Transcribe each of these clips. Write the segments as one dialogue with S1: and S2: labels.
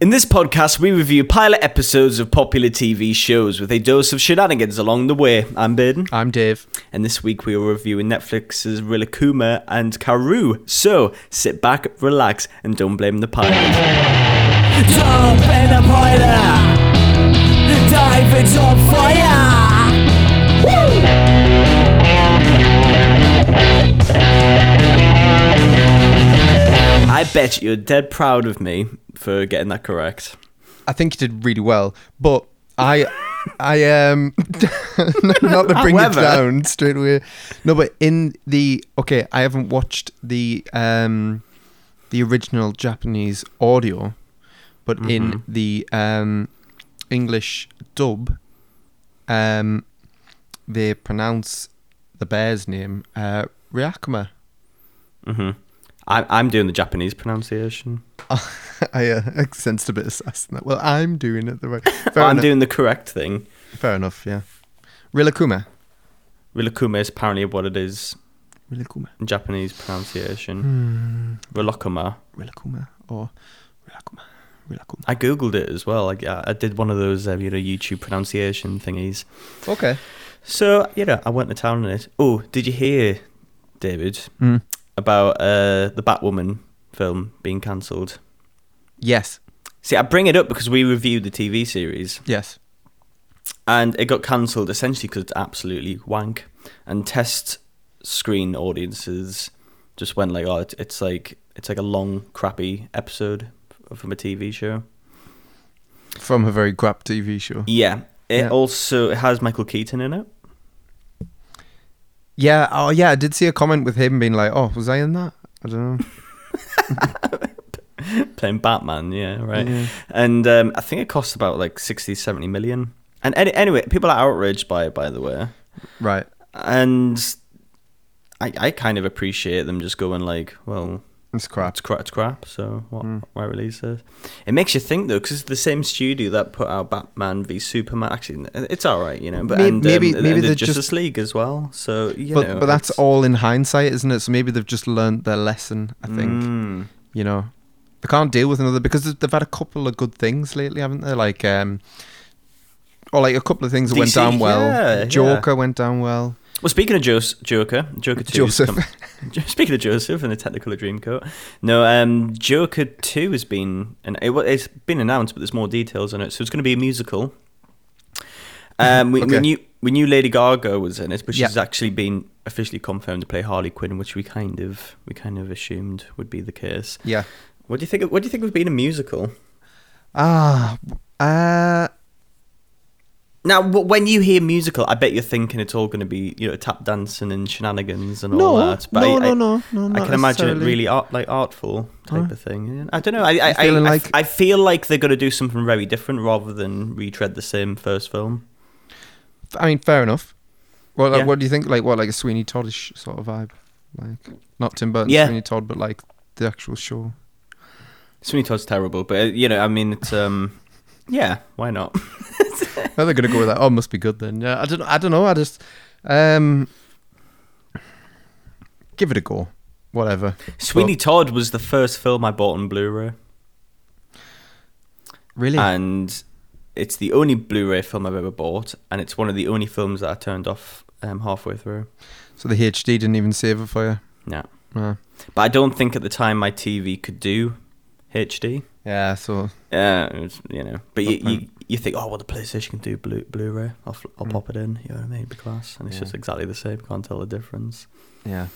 S1: In this podcast, we review pilot episodes of popular TV shows with a dose of shenanigans along the way. I'm Baden,
S2: I'm Dave.
S1: and this week we are reviewing Netflix's Rilakkuma and Karu. So sit back, relax, and don't blame the pilot.
S3: Jump in the boiler. Dive into fire.
S1: I bet you're dead proud of me for getting that correct.
S2: I think you did really well, but I, I um, not to bring
S1: However-
S2: it down straight away. No, but in the okay, I haven't watched the um, the original Japanese audio, but in
S1: Mm-hmm.
S2: the um, English dub, um, they pronounce the bear's name uh, Ryakuma.
S1: Mm-hmm. I- I'm doing the Japanese pronunciation.
S2: I uh, sensed a bit of sass in that. Well, I'm doing it the right. Fair
S1: I'm
S2: enough.
S1: doing the correct thing.
S2: Fair enough. Yeah. Rilakkuma.
S1: Rilakkuma is apparently what it is
S2: Rilakkuma.
S1: in Japanese pronunciation.
S2: Mm.
S1: Rilakkuma.
S2: Rilakkuma or Rilakkuma. Rilakkuma.
S1: I googled it as well. I, I did one of those, uh, you know, YouTube pronunciation thingies.
S2: Okay.
S1: So you know, I went to town on it. Oh, did you hear, David,
S2: Mm.
S1: about uh, the Batwoman film being cancelled?
S2: Yes.
S1: See, I bring it up because we reviewed the TV series
S2: Yes.
S1: and it got cancelled essentially because it's absolutely wank. And test screen audiences just went like, "Oh, it's, it's like it's like a long, crappy episode f- from a TV show."
S2: From a very crap TV show.
S1: Yeah. It
S2: Yeah.
S1: also it has Michael Keaton in it.
S2: Yeah. Oh, yeah. I did see a comment with him being like, "Oh, was I in that? I don't know."
S1: playing Batman, yeah, right. And um, I think it cost about like 60, 70 million. And any, anyway, people are outraged by it, by the way.
S2: right.
S1: And I, I kind of appreciate them just going like, well,
S2: It's crap.
S1: it's crap, it's crap so what,
S2: Hmm.
S1: why release this? It makes you think though, because it's the same studio that put out Batman v Superman. Actually, uh, it's all right, you know. But
S2: May-
S1: and,
S2: maybe-
S1: um, and
S2: maybe
S1: the
S2: they're
S1: Justice
S2: just-
S1: League as well. So you
S2: But
S1: know,
S2: but that's
S1: it's-
S2: all in hindsight, isn't it? So maybe they've just learned their lesson. I think.
S1: Mm.
S2: you know they can't deal with another because they've- they've had a couple of good things lately haven't they like um or like a couple of things that went
S1: DC,
S2: down well
S1: yeah, yeah.
S2: joker went down well
S1: Well, speaking of Jos- Joker, Joker 2 's
S2: Joseph.
S1: come- Jo- speaking of Joseph and the Technicolor Dreamcoat, no, um, Joker Two has been and it, wa- it's been announced, but there's more details on it. So it's going to be a musical. Um, we, we
S2: Okay.
S1: knew we knew Lady Gaga was in it, but
S2: Yeah.
S1: she's actually been officially confirmed to play Harley Quinn, which we kind of we kind of assumed would be the case.
S2: yeah
S1: What do you think? What do you think would be in a musical?
S2: ah uh
S1: Now, w- when you hear musical, I bet you're thinking it's all going to be you know tap dancing and shenanigans and all
S2: no
S1: that.
S2: no,
S1: I,
S2: no
S1: I-
S2: no no
S1: I
S2: not
S1: can imagine it
S2: necessarily.
S1: really art, like artful type
S2: Huh?
S1: of thing. Yeah. I don't know. I I, I, I,
S2: feeling
S1: like...
S2: like-
S1: I feel like they're gonna do something very different rather than retread the same first film.
S2: i mean fair enough well like,
S1: Yeah.
S2: what do you think like what like a sweeney toddish sort of vibe like not tim burton
S1: Yeah.
S2: sweeney todd but like the actual show
S1: Sweeney Todd's terrible, but uh, you know, I mean, it's um, yeah, why not?
S2: Now they're gonna go with that. Oh, must be good then. Yeah, I don't. I don't know. I just um, give it a go. Whatever.
S1: Sweeney Todd was the first film I bought on Blu-ray,
S2: Really?
S1: and it's the only Blu-ray film I've ever bought, and it's one of the only films that I turned off um, halfway through.
S2: so the HD didn't even save it for
S1: Yeah,
S2: you. Uh,
S1: but I don't think at the time my TV could do HD.
S2: yeah. So
S1: Yeah, it was, you know, but you,
S2: Not
S1: you you think, oh, well, the PlayStation can do Blu Blu-ray. I'll, fl- I'll pop it in. You know what I mean? Be class, and it's
S2: Yeah.
S1: just exactly the same. Can't tell the difference.
S2: yeah,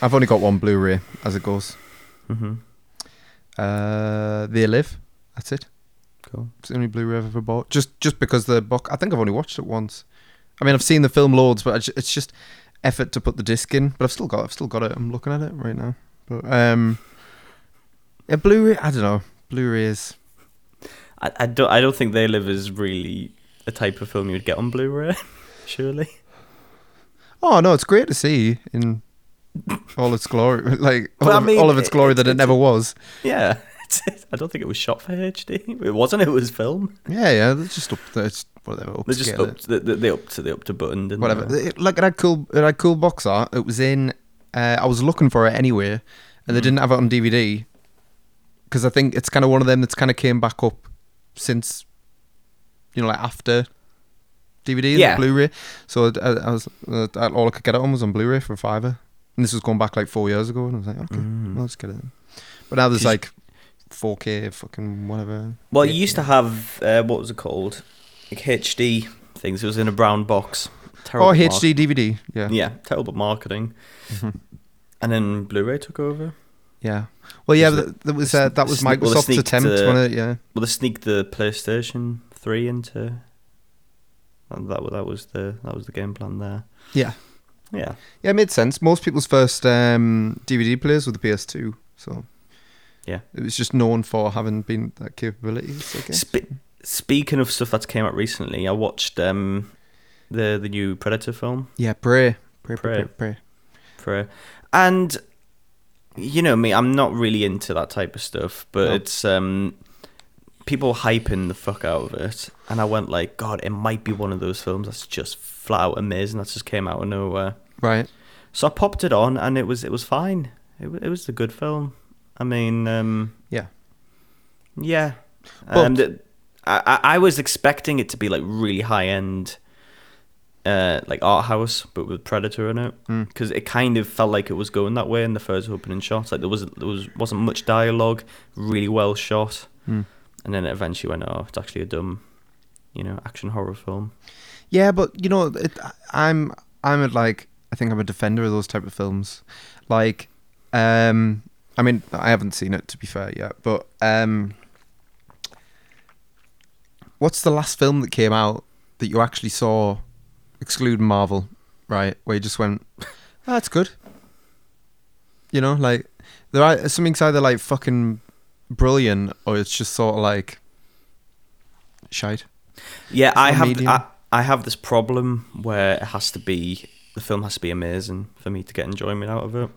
S2: I've only got one Blu-ray as it goes.
S1: hmm
S2: Uh, they live. That's it.
S1: Cool.
S2: It's the only Blu-ray I've ever bought. Just just because the box. I think I've only watched it once. I mean, I've seen the film loads, but I ju- it's just effort to put the disc in. But I've still got. I've still got it. I'm looking at it right now. But um, yeah, Blu-ray. I don't know. Blu-rays.
S1: I, I don't I don't think they live is really a type of film you would get on Blu-ray. Surely.
S2: Oh no, it's great to see in all its glory, like all,
S1: But I
S2: of,
S1: mean,
S2: all of its glory
S1: it-
S2: that it
S1: it's-
S2: never was.
S1: Yeah. I don't think it was shot for HD. It wasn't. It was film.
S2: Yeah, yeah. They're just up. There, it's whatever. Up
S1: They
S2: to
S1: just
S2: get it.
S1: up they, they, they up to the up to button. Didn't
S2: whatever.
S1: They?
S2: It, like it had cool, it had cool box art.
S1: Mm.
S2: It was in. Uh, I was looking for it anyway, and they didn't have it on DVD. because I think it's kind of one of them that's kind of came back up since you know like after DVD, and
S1: Yeah.
S2: Blu-ray. So I, I was uh, all I could get it on was on Blu-ray for a fiver, and this was going back like four years ago, and I was like, okay,
S1: Mm.
S2: I'll just get it. Then. But now there's
S1: Did you-
S2: like 4K, fucking whatever.
S1: Well, you used to have uh, what was it called? Like HD things. It was in a brown box. Terrible
S2: or
S1: mark-
S2: HD DVD, yeah.
S1: Yeah, terrible marketing.
S2: Mhm.
S1: And then Blu-ray took over.
S2: Yeah. Well, yeah,
S1: Is
S2: that, that was
S1: sn-
S2: uh, that was
S1: sneak- well, the
S2: Microsoft's
S1: sneak
S2: attempt,
S1: to-
S2: wasn't it? Yeah.
S1: Well, they sneaked the PlayStation Three into. And that wa- that was the that was the game plan there.
S2: Yeah.
S1: Yeah.
S2: Yeah, it made sense. Most people's first um, DVD players were the PS2, so
S1: Yeah.
S2: it was just known for having been that capability. so I guess.
S1: Spe- speaking of stuff that's came out recently, I watched um, the the new Predator film.
S2: yeah, pray, pray, pray,
S1: Prey.
S2: pray, pray.
S1: for and you know me i'm not really into that type of stuff but
S2: No.
S1: it's um people hyping the fuck out of it and i went like god it might be one of those films that's just flat out amazing that just came out of nowhere
S2: Right.
S1: so i popped it on and it was it was fine it, wa- it was a good film i mean um
S2: Yeah.
S1: yeah
S2: But-
S1: um, th- I, I I was expecting it to be like really high end uh, like art house, but with Predator in it,
S2: Hmm.
S1: because it kind of felt like it was going that way in the first opening shots. Like there was there was wasn't much dialogue, really well shot,
S2: Hmm.
S1: and then it eventually went, oh, it's actually a dumb, you know, action horror film.
S2: Yeah, but you know, it, I'm I'm at like I think I'm a defender of those type of films. Like, um, I mean, I haven't seen it to be fair yet, but um, what's the last film that came out that you actually saw, excluding Marvel, right? Where you just went, "Ah, that's good. You know, like there are something's either like fucking brilliant or it's just sort of like shite.
S1: Yeah, I
S2: not
S1: have
S2: medium.
S1: I, I have this problem where it has to be the film has to be amazing for me to get enjoyment out of it,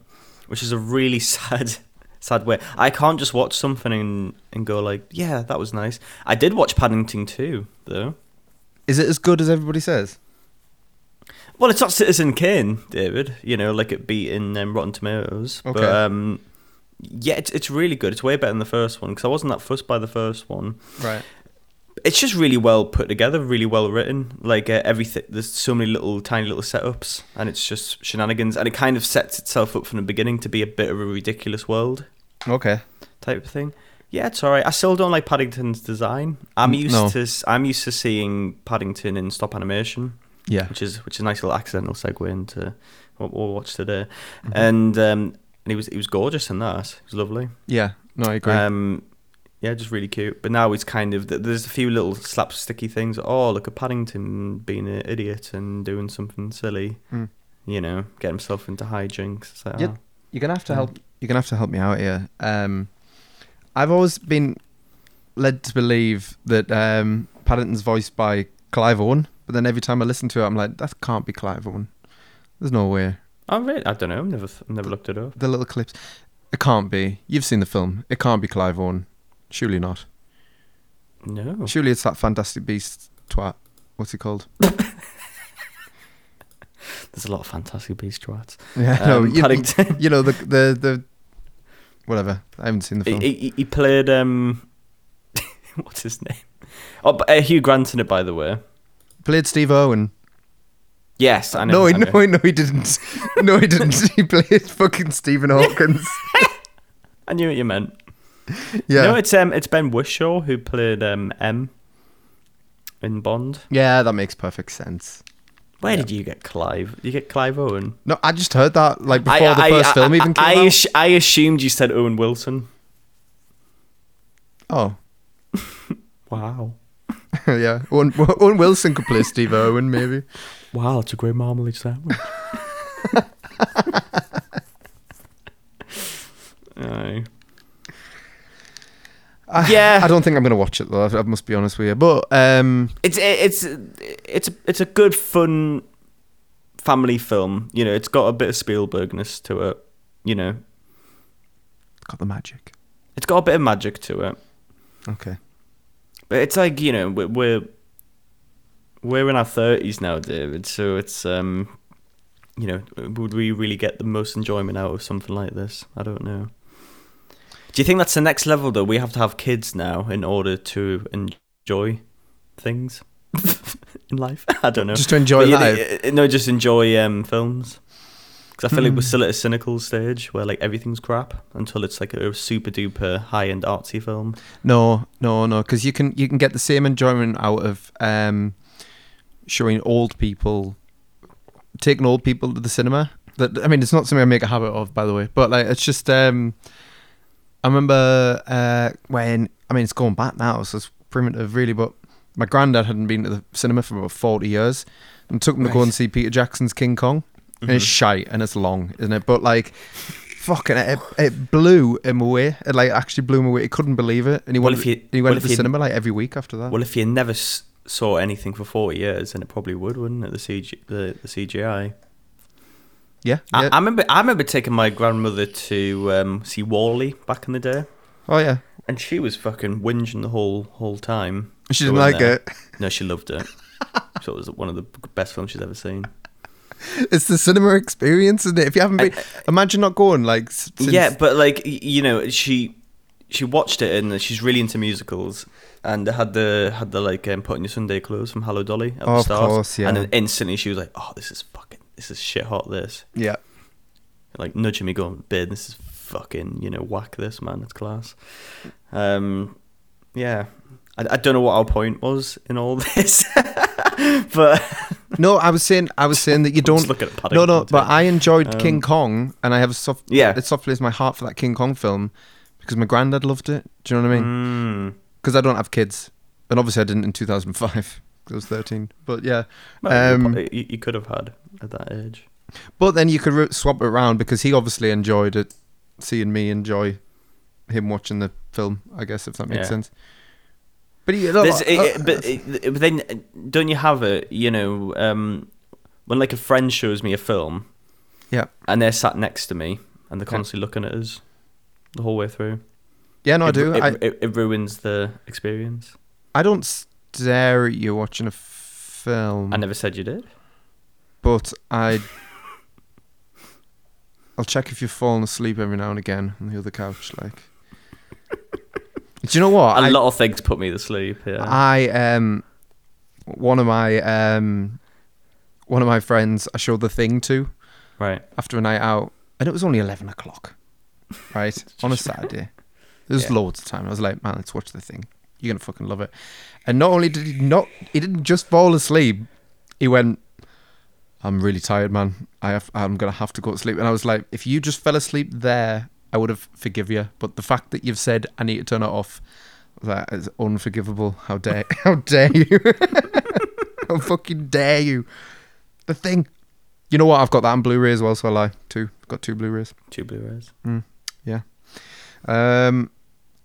S1: which is a really sad sad way. I can't just watch something and, and go like, yeah, that was nice. I did watch Paddington 2 though.
S2: Is it as good as everybody says?
S1: Well, it's not Citizen Kane, David. You know, like it beating um, Rotten Tomatoes. But
S2: Okay.
S1: um, yeah, it's it's really good. It's way better than the first one because I wasn't that fussed by the first one.
S2: Right.
S1: it's just really well put together, really well written. Like uh, everything, there's so many little tiny little setups, and it's just shenanigans. And it kind of sets itself up from the beginning to be a bit of a ridiculous world
S2: Okay.
S1: type of thing. Yeah, it's alright. I still don't like Paddington's design. I'm
S2: Mm,
S1: used
S2: no.
S1: to s- I'm used to seeing Paddington in stop animation
S2: Yeah.
S1: which is which is a nice little accidental segue into what we'll watch today.
S2: Mm-hmm.
S1: And um, and he was he was gorgeous in that. He was lovely.
S2: Yeah. No, I agree.
S1: Um, yeah, just really cute. But now he's kind of th- there's a few little slapsticky things. Oh, look at Paddington being an idiot and doing something silly.
S2: Mm.
S1: You know, get himself into hijinks. It's like,
S2: Yeah.
S1: oh.
S2: you're gonna have to help. You're gonna have to help me out here. Um, I've always been led to believe that um, Paddington's voiced by Clive Owen, but then every time I listen to it, I'm like, that can't be Clive Owen. There's no way.
S1: Oh, really? I don't know. I've never th- never looked it up.
S2: The little clips. It can't be. You've seen the film. It can't be Clive Owen. Surely not.
S1: No.
S2: Surely it's that Fantastic Beast twat. What's it called?
S1: There's a lot of fantastic beast twats.
S2: Yeah,
S1: Um,
S2: you,
S1: Paddington.
S2: you know the the the whatever. I haven't seen the
S1: He,
S2: film.
S1: he- he played um, what's his name? Oh, but, uh, Hugh Grant in it, by the way.
S2: Played Steve Owen.
S1: Yes, I
S2: No,
S1: know.
S2: he,
S1: I know.
S2: no, he- no, he didn't. No, he didn't. he played fucking Stephen Hawkins.
S1: I knew what you meant.
S2: Yeah,
S1: No, it's um, it's Ben Whishaw who played um M in Bond.
S2: yeah, that makes perfect sense.
S1: Where did you get Clive? You get Clive Owen
S2: No, I just heard that like before the first film even came
S1: I,
S2: out.
S1: assu- I assumed you said Owen Wilson.
S2: oh,
S1: Wow,
S2: yeah. Owen, Owen Wilson could play Steve Owen, maybe.
S1: wow, it's a great marmalade sandwich. Aye.
S2: I,
S1: Yeah.
S2: I don't think I'm gonna watch it though. I, I must be honest with you. But um,
S1: it's it's it's it's a good fun family film. You know, it's got a bit of Spielbergness to it. You know,
S2: got the magic.
S1: it's got a bit of magic to it.
S2: Okay.
S1: But it's like you know we're we're, we're in our thirties now, David. So it's um, you know, would we really get the most enjoyment out of something like this? I don't know. Do you think that's the next level though? We have to have kids now in order to enjoy things in life. I don't know.
S2: Just to
S1: But
S2: enjoy
S1: you-
S2: life.
S1: uh, no, just enjoy um, films. Because I feel like
S2: Hmm.
S1: we're still at a cynical stage where like everything's crap until it's like a super duper high end artsy film.
S2: No, no, no, because you can you can get the same enjoyment out of um, showing old people, taking old people to the cinema. That I mean, it's not something I make a habit of, by the way. But like, it's just um, I remember uh, when I mean, it's going back now, so it's primitive, really. But my granddad hadn't been to the cinema for about forty years, and took him to go
S1: Right.
S2: and see Peter Jackson's King Kong. And
S1: Mm-hmm.
S2: it's shite and it's long, isn't it? But like, fucking, it, it blew him away. It like actually blew him away. He couldn't believe it, and he
S1: Well,
S2: went.
S1: if you-
S2: and he
S1: well,
S2: went
S1: if
S2: to the
S1: you-
S2: cinema like every week after that.
S1: Well, if you never s- saw anything for forty years, then it probably would, wouldn't it? The CG, the, the CGI.
S2: yeah,
S1: I,
S2: yeah.
S1: I remember. I remember taking my grandmother to um, see Wally back in the day,
S2: oh yeah,
S1: and she was fucking whinging the whole whole time.
S2: she didn't
S1: going
S2: like
S1: there.
S2: it.
S1: No, she loved it. so it was one of the best films she's ever seen.
S2: It's the cinema experience, isn't it? If you haven't been,
S1: I-
S2: imagine not going like. s- Since,
S1: yeah, but like y- you know, she she watched it and she's really into musicals. And had the had the like um, putting your Sunday clothes from Hello Dolly at
S2: Oh,
S1: the
S2: of
S1: start,
S2: course, yeah.
S1: and then instantly she was like, "Oh, this is fucking, this is shit hot." This
S2: yeah.
S1: like nudging me going, "Babe, this is fucking, you know, whack this man, it's class." Um, yeah, I, I don't know what our point was in all this, but
S2: No, I was saying, I was saying that you don't.
S1: just looking at
S2: No, no,
S1: Paddington
S2: but
S1: today.
S2: I enjoyed
S1: Um,
S2: King Kong, and I have a soft.
S1: Yeah.
S2: it softly is my heart for that King Kong film because my granddad loved it. Do you know what I mean?
S1: Mm.
S2: because I don't have kids, and obviously I didn't in 2005 because I was 13. But yeah,
S1: Hmm. Well, you
S2: Um,
S1: pro- you, you could have had at that age.
S2: but then you could ro- swap it around because he obviously enjoyed it, seeing me enjoy him watching the film. I guess if that makes
S1: Yeah.
S2: sense. But he, no,
S1: There's-
S2: uh,
S1: it- but, it- but then, uh, don't you have a you know um, when like a friend shows me a film,
S2: Yeah.
S1: and they're sat next to me and they're
S2: Yeah.
S1: constantly looking at us the whole way through.
S2: yeah, no, I
S1: It-
S2: do.
S1: It,
S2: I,
S1: it, it ruins the experience.
S2: I don't stare at you watching a film,
S1: I never said you did.
S2: but I. I'll check if you're falling asleep every now and again on the other couch. Like, do you know what?
S1: A
S2: I-
S1: lot of things put me to sleep. Yeah.
S2: I um one of my um one of my friends I showed the thing to
S1: right.
S2: after a night out and it was only eleven o'clock. Right? on a Saturday. There was
S1: Yeah.
S2: loads of time. I was like, man, let's watch the thing. You're gonna fucking love it. And not only did he not he didn't just fall asleep, he went I'm really tired, man. I have, I'm gonna have to go to sleep. And I was like, if you just fell asleep there, I would have forgive you. But the fact that you've said I need to turn it off, that is unforgivable. How dare, how dare you? how fucking dare you? The thing, you know what? I've got that on Blu-ray as well, so I lie. Two, I've got two Blu-rays.
S1: Two Blu-rays.
S2: Um,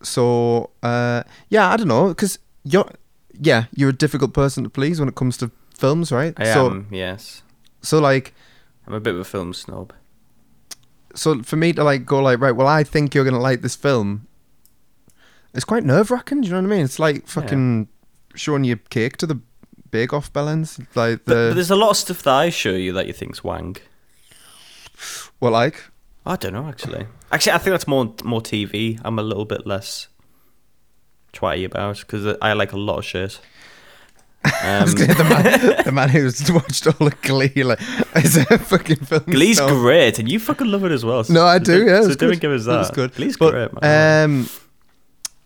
S2: so uh, yeah, I don't know, because you're, yeah, you're a difficult person to please when it comes to films, right?
S1: I
S2: so,
S1: am. Yes.
S2: so like.
S1: I'm a bit of a film snob.
S2: so for me to like go like right well i think you're gonna like this film it's quite nerve-wracking do you know what i mean it's like fucking showing your cake to the bake off balance like
S1: But, but
S2: the
S1: there's a lot of stuff that I show you that you think's wank.
S2: well like
S1: I don't know actually. Actually, I think that's more more TV. I'm a little bit less twatty about because I like a lot of shit. Um,
S2: the man, the man who's watched all of Glee, like, is a fucking film.
S1: Glee's
S2: snob.
S1: great, and you fucking love it as well. so-
S2: No, I
S1: so
S2: do.
S1: don't-
S2: Yeah,
S1: so
S2: it's
S1: don't
S2: good.
S1: give us
S2: It
S1: that.
S2: was good.
S1: Glee's great, man.
S2: Um,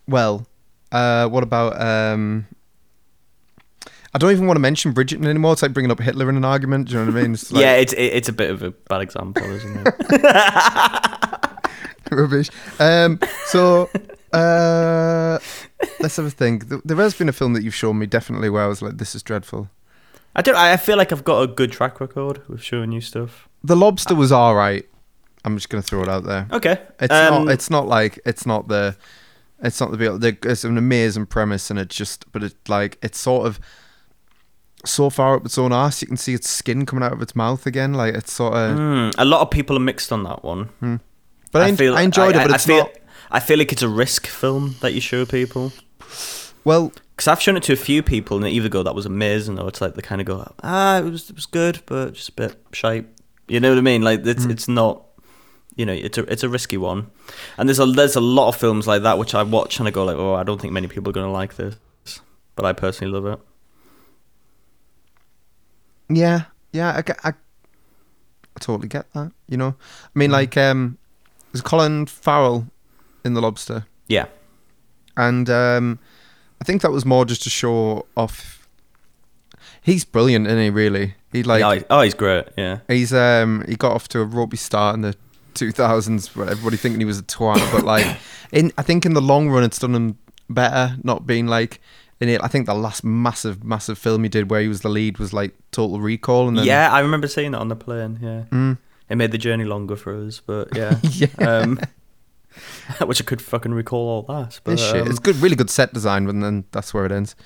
S2: well, uh, what about? Um, I don't even want to mention Bridgerton anymore. It's like bringing up Hitler in an argument. Do you know what I mean? It's like
S1: yeah, it's it, it's a bit of a bad example, isn't it?
S2: rubbish. Um, so uh, let's have a think. Th- There has been a film that you've shown me definitely where I was like, "This is dreadful."
S1: I don't. I I feel like I've got a good track record with showing you stuff.
S2: The Lobster was all right. I'm just gonna throw it out there.
S1: Okay,
S2: It's
S1: um,
S2: not. It's not like it's not the. It's not the. be- the it's an amazing premise, and it just. But it like it's sort of. So far up its own ass, you can see its skin coming out of its mouth again. Like it's sort of.
S1: Hmm, a lot of people are mixed on that one.
S2: uh, But I, en- I enjoyed it. But it's
S1: I feel,
S2: not.
S1: I feel like it's a risk film that you show people.
S2: Well,
S1: Because I've shown it to a few people and they either go, that was amazing, or it's like they kind of go,
S2: Mm.
S1: ah, it was, it was good, but just a bit shite. You know what I mean? Like, it's, it's not, you know it's a it's a risky one, and there's a there's a lot of films like that which I watch and I go like, oh, I don't think many people are going to like this, but I personally love it.
S2: Yeah, yeah, I, get- I, I totally get that. You know, I
S1: Mm.
S2: mean, like, um, there's Colin Farrell in The Lobster,
S1: Yeah,
S2: and um, I think that was more just to show off. He's brilliant, isn't he? Really, he like
S1: yeah, I- oh, he's great. Yeah,
S2: he's um he got off to a ropey start in the 2000s, where everybody thinking he was a twat, but like, in I think in the long run, it's done him better not being like. In it, I think the last massive, massive film he did where he was the lead was like Total Recall, and then Mm.
S1: yeah, I remember seeing that on the plane. Yeah, it made the journey longer for us, but yeah,
S2: Yeah.
S1: Um, which I could fucking recall all that. But
S2: This shit.
S1: um,
S2: It's good, really good set design, and then that's where it ends.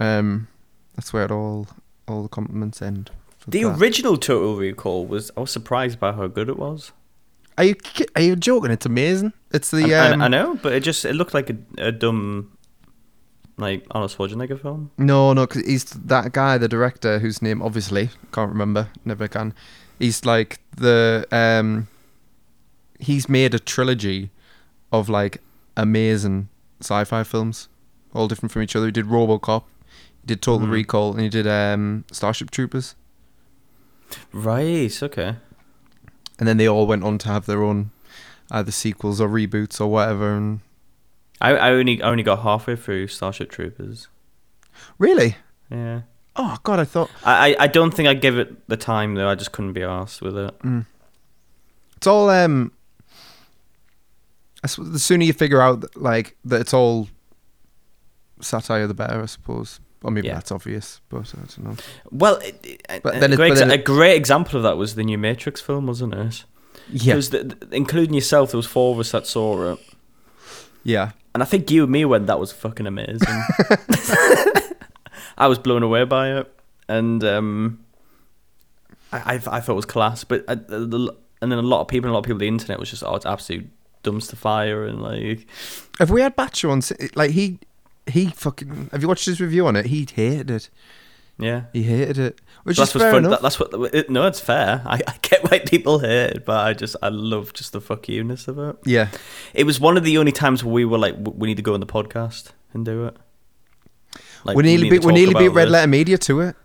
S2: Um, that's where it all all the compliments end. for
S1: the
S2: that.
S1: original Total Recall was I was surprised by how good it was.
S2: are you ki- are you joking? It's amazing. It's the
S1: I, I-
S2: um,
S1: I know, but it just it looked like a, a dumb, like Arnold Schwarzenegger film.
S2: no no 'cause he's that guy, the director whose name obviously can't remember, never can. He's like the um, he's made a trilogy of like amazing sci-fi films, all different from each other. He did RoboCop, he did Total Recall, and he did um, Starship Troopers.
S1: Right. Okay.
S2: and then they all went on to have their own either sequels or reboots or whatever. And
S1: I, I only I only got halfway through Starship Troopers.
S2: really,
S1: Yeah.
S2: oh god, I thought
S1: I, I- I don't think I give it the time though. I just couldn't be arsed with it.
S2: it's all um. I suppose the sooner you figure out that, like that it's all satire, the better, I suppose. Or maybe
S1: Yeah.
S2: that's obvious, but I don't know.
S1: Well, it, it,
S2: But
S1: a,
S2: then it-
S1: great
S2: but then
S1: exa-
S2: it-
S1: a great example of that was the new Matrix film, wasn't it?
S2: Yeah,
S1: Because including yourself, there was four of us that saw it,
S2: yeah.
S1: and I think you and me went, "That was fucking amazing." I was blown away by it, and um, I, I I thought it was class. But I, the, the- and then a lot of people, a lot of people, on the internet was just, "Oh, it's absolute dumpster fire," and like,
S2: Have we had Batcher on? si- Like he, he fucking. Have you watched his review on it? He hated it.
S1: yeah.
S2: He hated it, which is
S1: That's what's
S2: fair
S1: fun.
S2: enough.
S1: That, that's what. It, no, it's fair. I, I get why people hate it, but I just I love just the fuck youness of it.
S2: yeah,
S1: It was one of the only times where we were like, "W- we need to go on the podcast and do it. Like,
S2: we nearly
S1: need
S2: beat
S1: to
S2: we
S1: talk
S2: nearly
S1: about
S2: beat Red
S1: this.
S2: Letter Media to it.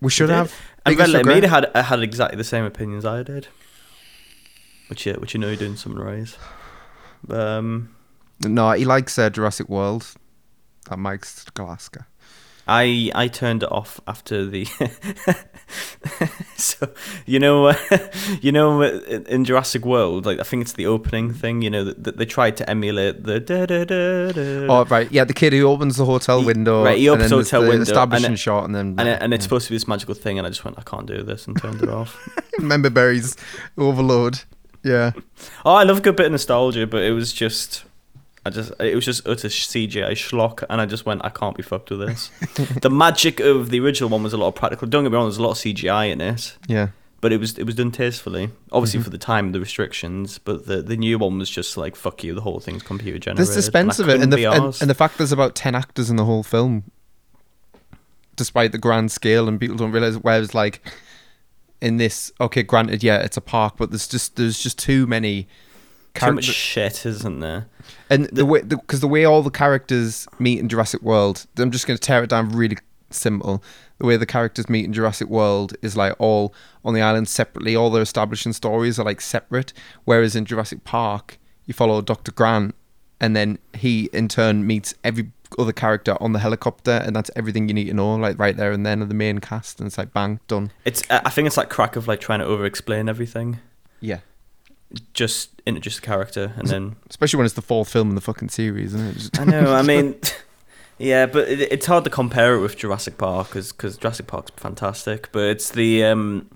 S2: We should
S1: did.
S2: have.
S1: And Red
S2: Biggest
S1: Letter
S2: regret.
S1: Media had had exactly the same opinions I did, which you, which you know you're doing something right. Um,
S2: No, he likes uh, Jurassic World. That Mike's Galaska.
S1: I I turned it off after the. so you know, uh, you know, uh, in in Jurassic World, like I think it's the opening thing. You know that, that they tried to emulate the. Da, da, da, da,
S2: Oh right, yeah, the kid who opens the hotel
S1: He-
S2: window.
S1: right, he opens
S2: and then
S1: the hotel
S2: there's
S1: window, and
S2: Establishing
S1: it-
S2: shot, and then
S1: and it, and it's supposed to be this magical thing, and I just went, I can't do this, and turned it off.
S2: remember Barry's overload. Yeah,
S1: Oh, I love a good bit of nostalgia, but it was just, I just, it was just utter sh- CGI schlock, and I just went, I can't be fucked with this. the magic of the original one was a lot of practical. Don't get me wrong, there's a lot of CGI in it,
S2: yeah,
S1: but it was it was done tastefully, obviously
S2: Mm-hmm.
S1: for the time, the restrictions. But the the new one was just like, fuck you, the whole thing's computer generated.
S2: there's suspense of it, and the and, and the fact there's about ten actors in the whole film, despite the grand scale, and people don't realize where it's like in this. Okay, granted, yeah, it's a park, but there's just there's just too many
S1: too much
S2: characters.
S1: shit, isn't there?
S2: And the, way, because the, way all the characters meet in Jurassic World, I'm just going to tear it down really simple. The way the characters meet in Jurassic World is like all on the island separately. All their establishing stories are like separate. Whereas in Jurassic Park, you follow Dr. Grant, and then he in turn meets every other character on the helicopter, and that's everything you need to know, like right there and then of the main cast. And it's like bang, done.
S1: It's I I think it's that crack of like trying to over-explain everything.
S2: Yeah.
S1: Just introduce the character and then
S2: Especially when it's the fourth film in the fucking series, isn't it? Just-
S1: I know. I mean, yeah, but it, it's hard to compare it with Jurassic Park because Jurassic Park's fantastic, but it's the. Um,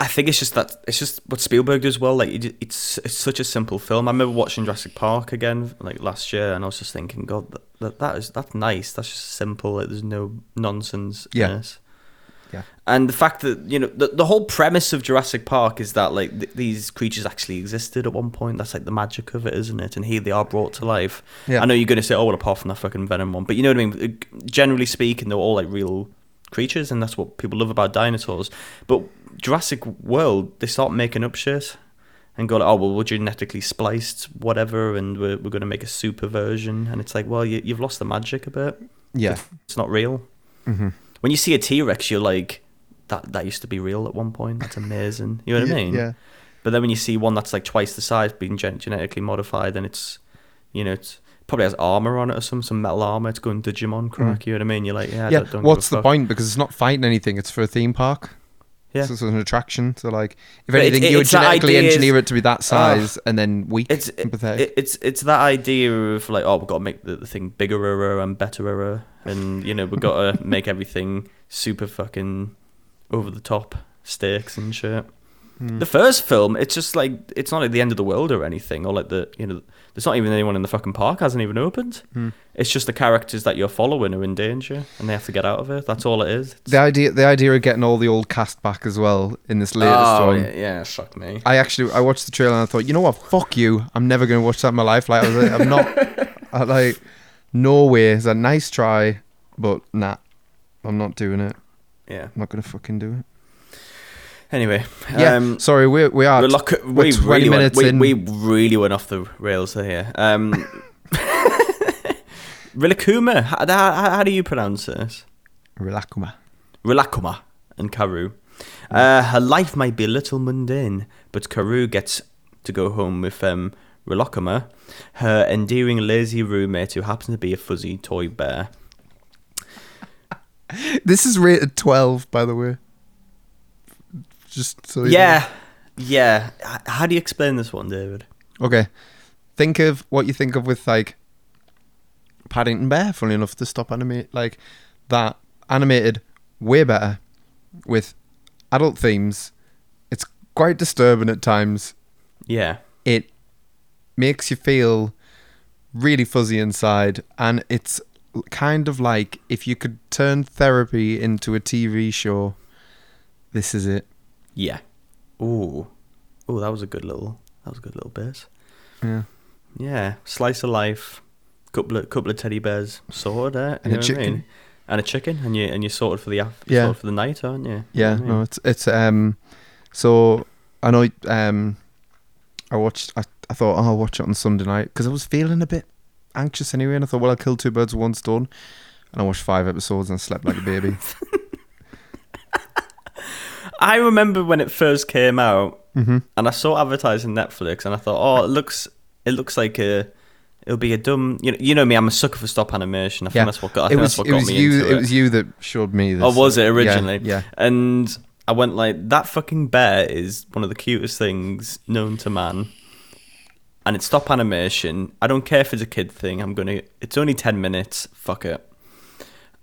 S1: I think it's just that it's just what Spielberg does well. Like it, it's it's such a simple film. I remember watching Jurassic Park again like last year, and I was just thinking, God, that, that, that is that's nice. That's just simple. Like, there's no nonsense. in
S2: Yeah.
S1: it.
S2: Yeah.
S1: And the fact that you know the, the whole premise of Jurassic Park is that like th- these creatures actually existed at one point. That's like the magic of it, isn't it? And here they are brought to life.
S2: Yeah.
S1: I know you're going to say, oh well, apart from that fucking Venom one, but you know what I mean. Uh, Generally speaking, they're all like real creatures, and that's what people love about dinosaurs. But Jurassic World, they start making up shit, and go like, oh well, we're genetically spliced, whatever, and we're we're going to make a super version, and it's like, well, you, you've lost the magic a bit.
S2: Yeah.
S1: It's not real.
S2: Mm-hmm.
S1: When you see a T Rex, you're like, that that used to be real at one point. That's amazing. You know what
S2: yeah,
S1: I mean?
S2: Yeah.
S1: But then when you see one that's like twice the size, being gen- genetically modified, and it's, you know, it's probably has armor on it or some some metal armor. It's going Digimon crack. You know what I mean? You're like, yeah, I
S2: Mm. yeah.
S1: don't, don't give a
S2: What's the
S1: fuck.
S2: point? Because it's not fighting anything. It's for a theme park.
S1: Yeah.
S2: So it's an attraction. So like, if
S1: But it-
S2: anything, you would
S1: it's that
S2: genetically
S1: idea is-
S2: engineer it to be that size and then weak
S1: It's
S2: and
S1: it,
S2: pathetic.
S1: it- it's it's that idea of like, oh, we've got to make the, the thing bigger and better, and you know, we've got to make everything super fucking over the top stakes and shit.
S2: Hmm.
S1: The first film, it's just like it's not at the end of the world or anything, or like the you know, there's not even anyone in the fucking park hasn't even opened.
S2: Hmm.
S1: It's just the characters that you're following are in danger and they have to get out of it. That's all it is. It's,
S2: the idea, the idea of getting all the old cast back as well in this latest
S1: oh,
S2: one.
S1: yeah, yeah, fuck me.
S2: I actually, I watched the trailer and I thought, you know what? Fuck you. I'm never going to watch that in my life. Like, I was like, I'm not. I like, no way. It's a nice try, but nah, I'm not doing it.
S1: yeah.
S2: I'm not going to fucking do it.
S1: Anyway,
S2: Yeah.
S1: um,
S2: sorry, we we are.
S1: We're lock-
S2: we're
S1: we
S2: 20
S1: really
S2: minutes
S1: went,
S2: in.
S1: We, we really went off the rails here. Um, Rilakuma. How, how, how do you pronounce this?
S2: Relacuma.
S1: Rilakuma and Karu.
S2: Mm.
S1: Uh, her life might be a little mundane, but Karu gets to go home with um, Rilakuma, her endearing lazy roommate who happens to be a fuzzy toy bear.
S2: This is rated 12, by the way. Just so you
S1: Yeah, yeah. H- How do you explain this one, David?
S2: know. Okay. Think of what you think of with like Paddington Bear. Funny enough, to stop animate like that animated way better with adult themes. It's quite disturbing at times.
S1: Yeah.
S2: It makes you feel really fuzzy inside, and it's kind of like if you could turn therapy into a TV show. This is it.
S1: Yeah. Ooh. Ooh, that was a good little. That was a good little bit.
S2: Yeah.
S1: Yeah. Slice of life. Couple of couple of teddy bears sorted out.
S2: And
S1: You know
S2: a
S1: What I mean?
S2: chicken.
S1: And a chicken, and you and you sorted for the af-
S2: Yeah.
S1: sorted for the night, aren't you?
S2: Yeah,
S1: You know what I
S2: no,
S1: mean?
S2: it's it's um. So I know um, I watched. I, I thought oh, I'll watch it on Sunday night because I was feeling a bit anxious anyway, and I thought well I'll kill two birds with one stone, and I watched five episodes and I slept like a baby.
S1: I remember when it first came out,
S2: mm-hmm.
S1: and I saw advertising Netflix, and I thought, oh, it looks it looks like a it'll be a dumb. You know, you know me, I'm a sucker for stop animation. I think
S2: Yeah.
S1: that's what got. I
S2: It
S1: think
S2: was
S1: that's what
S2: it
S1: got
S2: was
S1: me
S2: you
S1: into
S2: it. was you that showed me this.
S1: Oh, was it
S2: Yeah,
S1: originally?
S2: Yeah.
S1: And I went like, that fucking bear is one of the cutest things known to man. And it's stop animation. I don't care if it's a kid thing. I'm gonna. It's only ten minutes. Fuck it.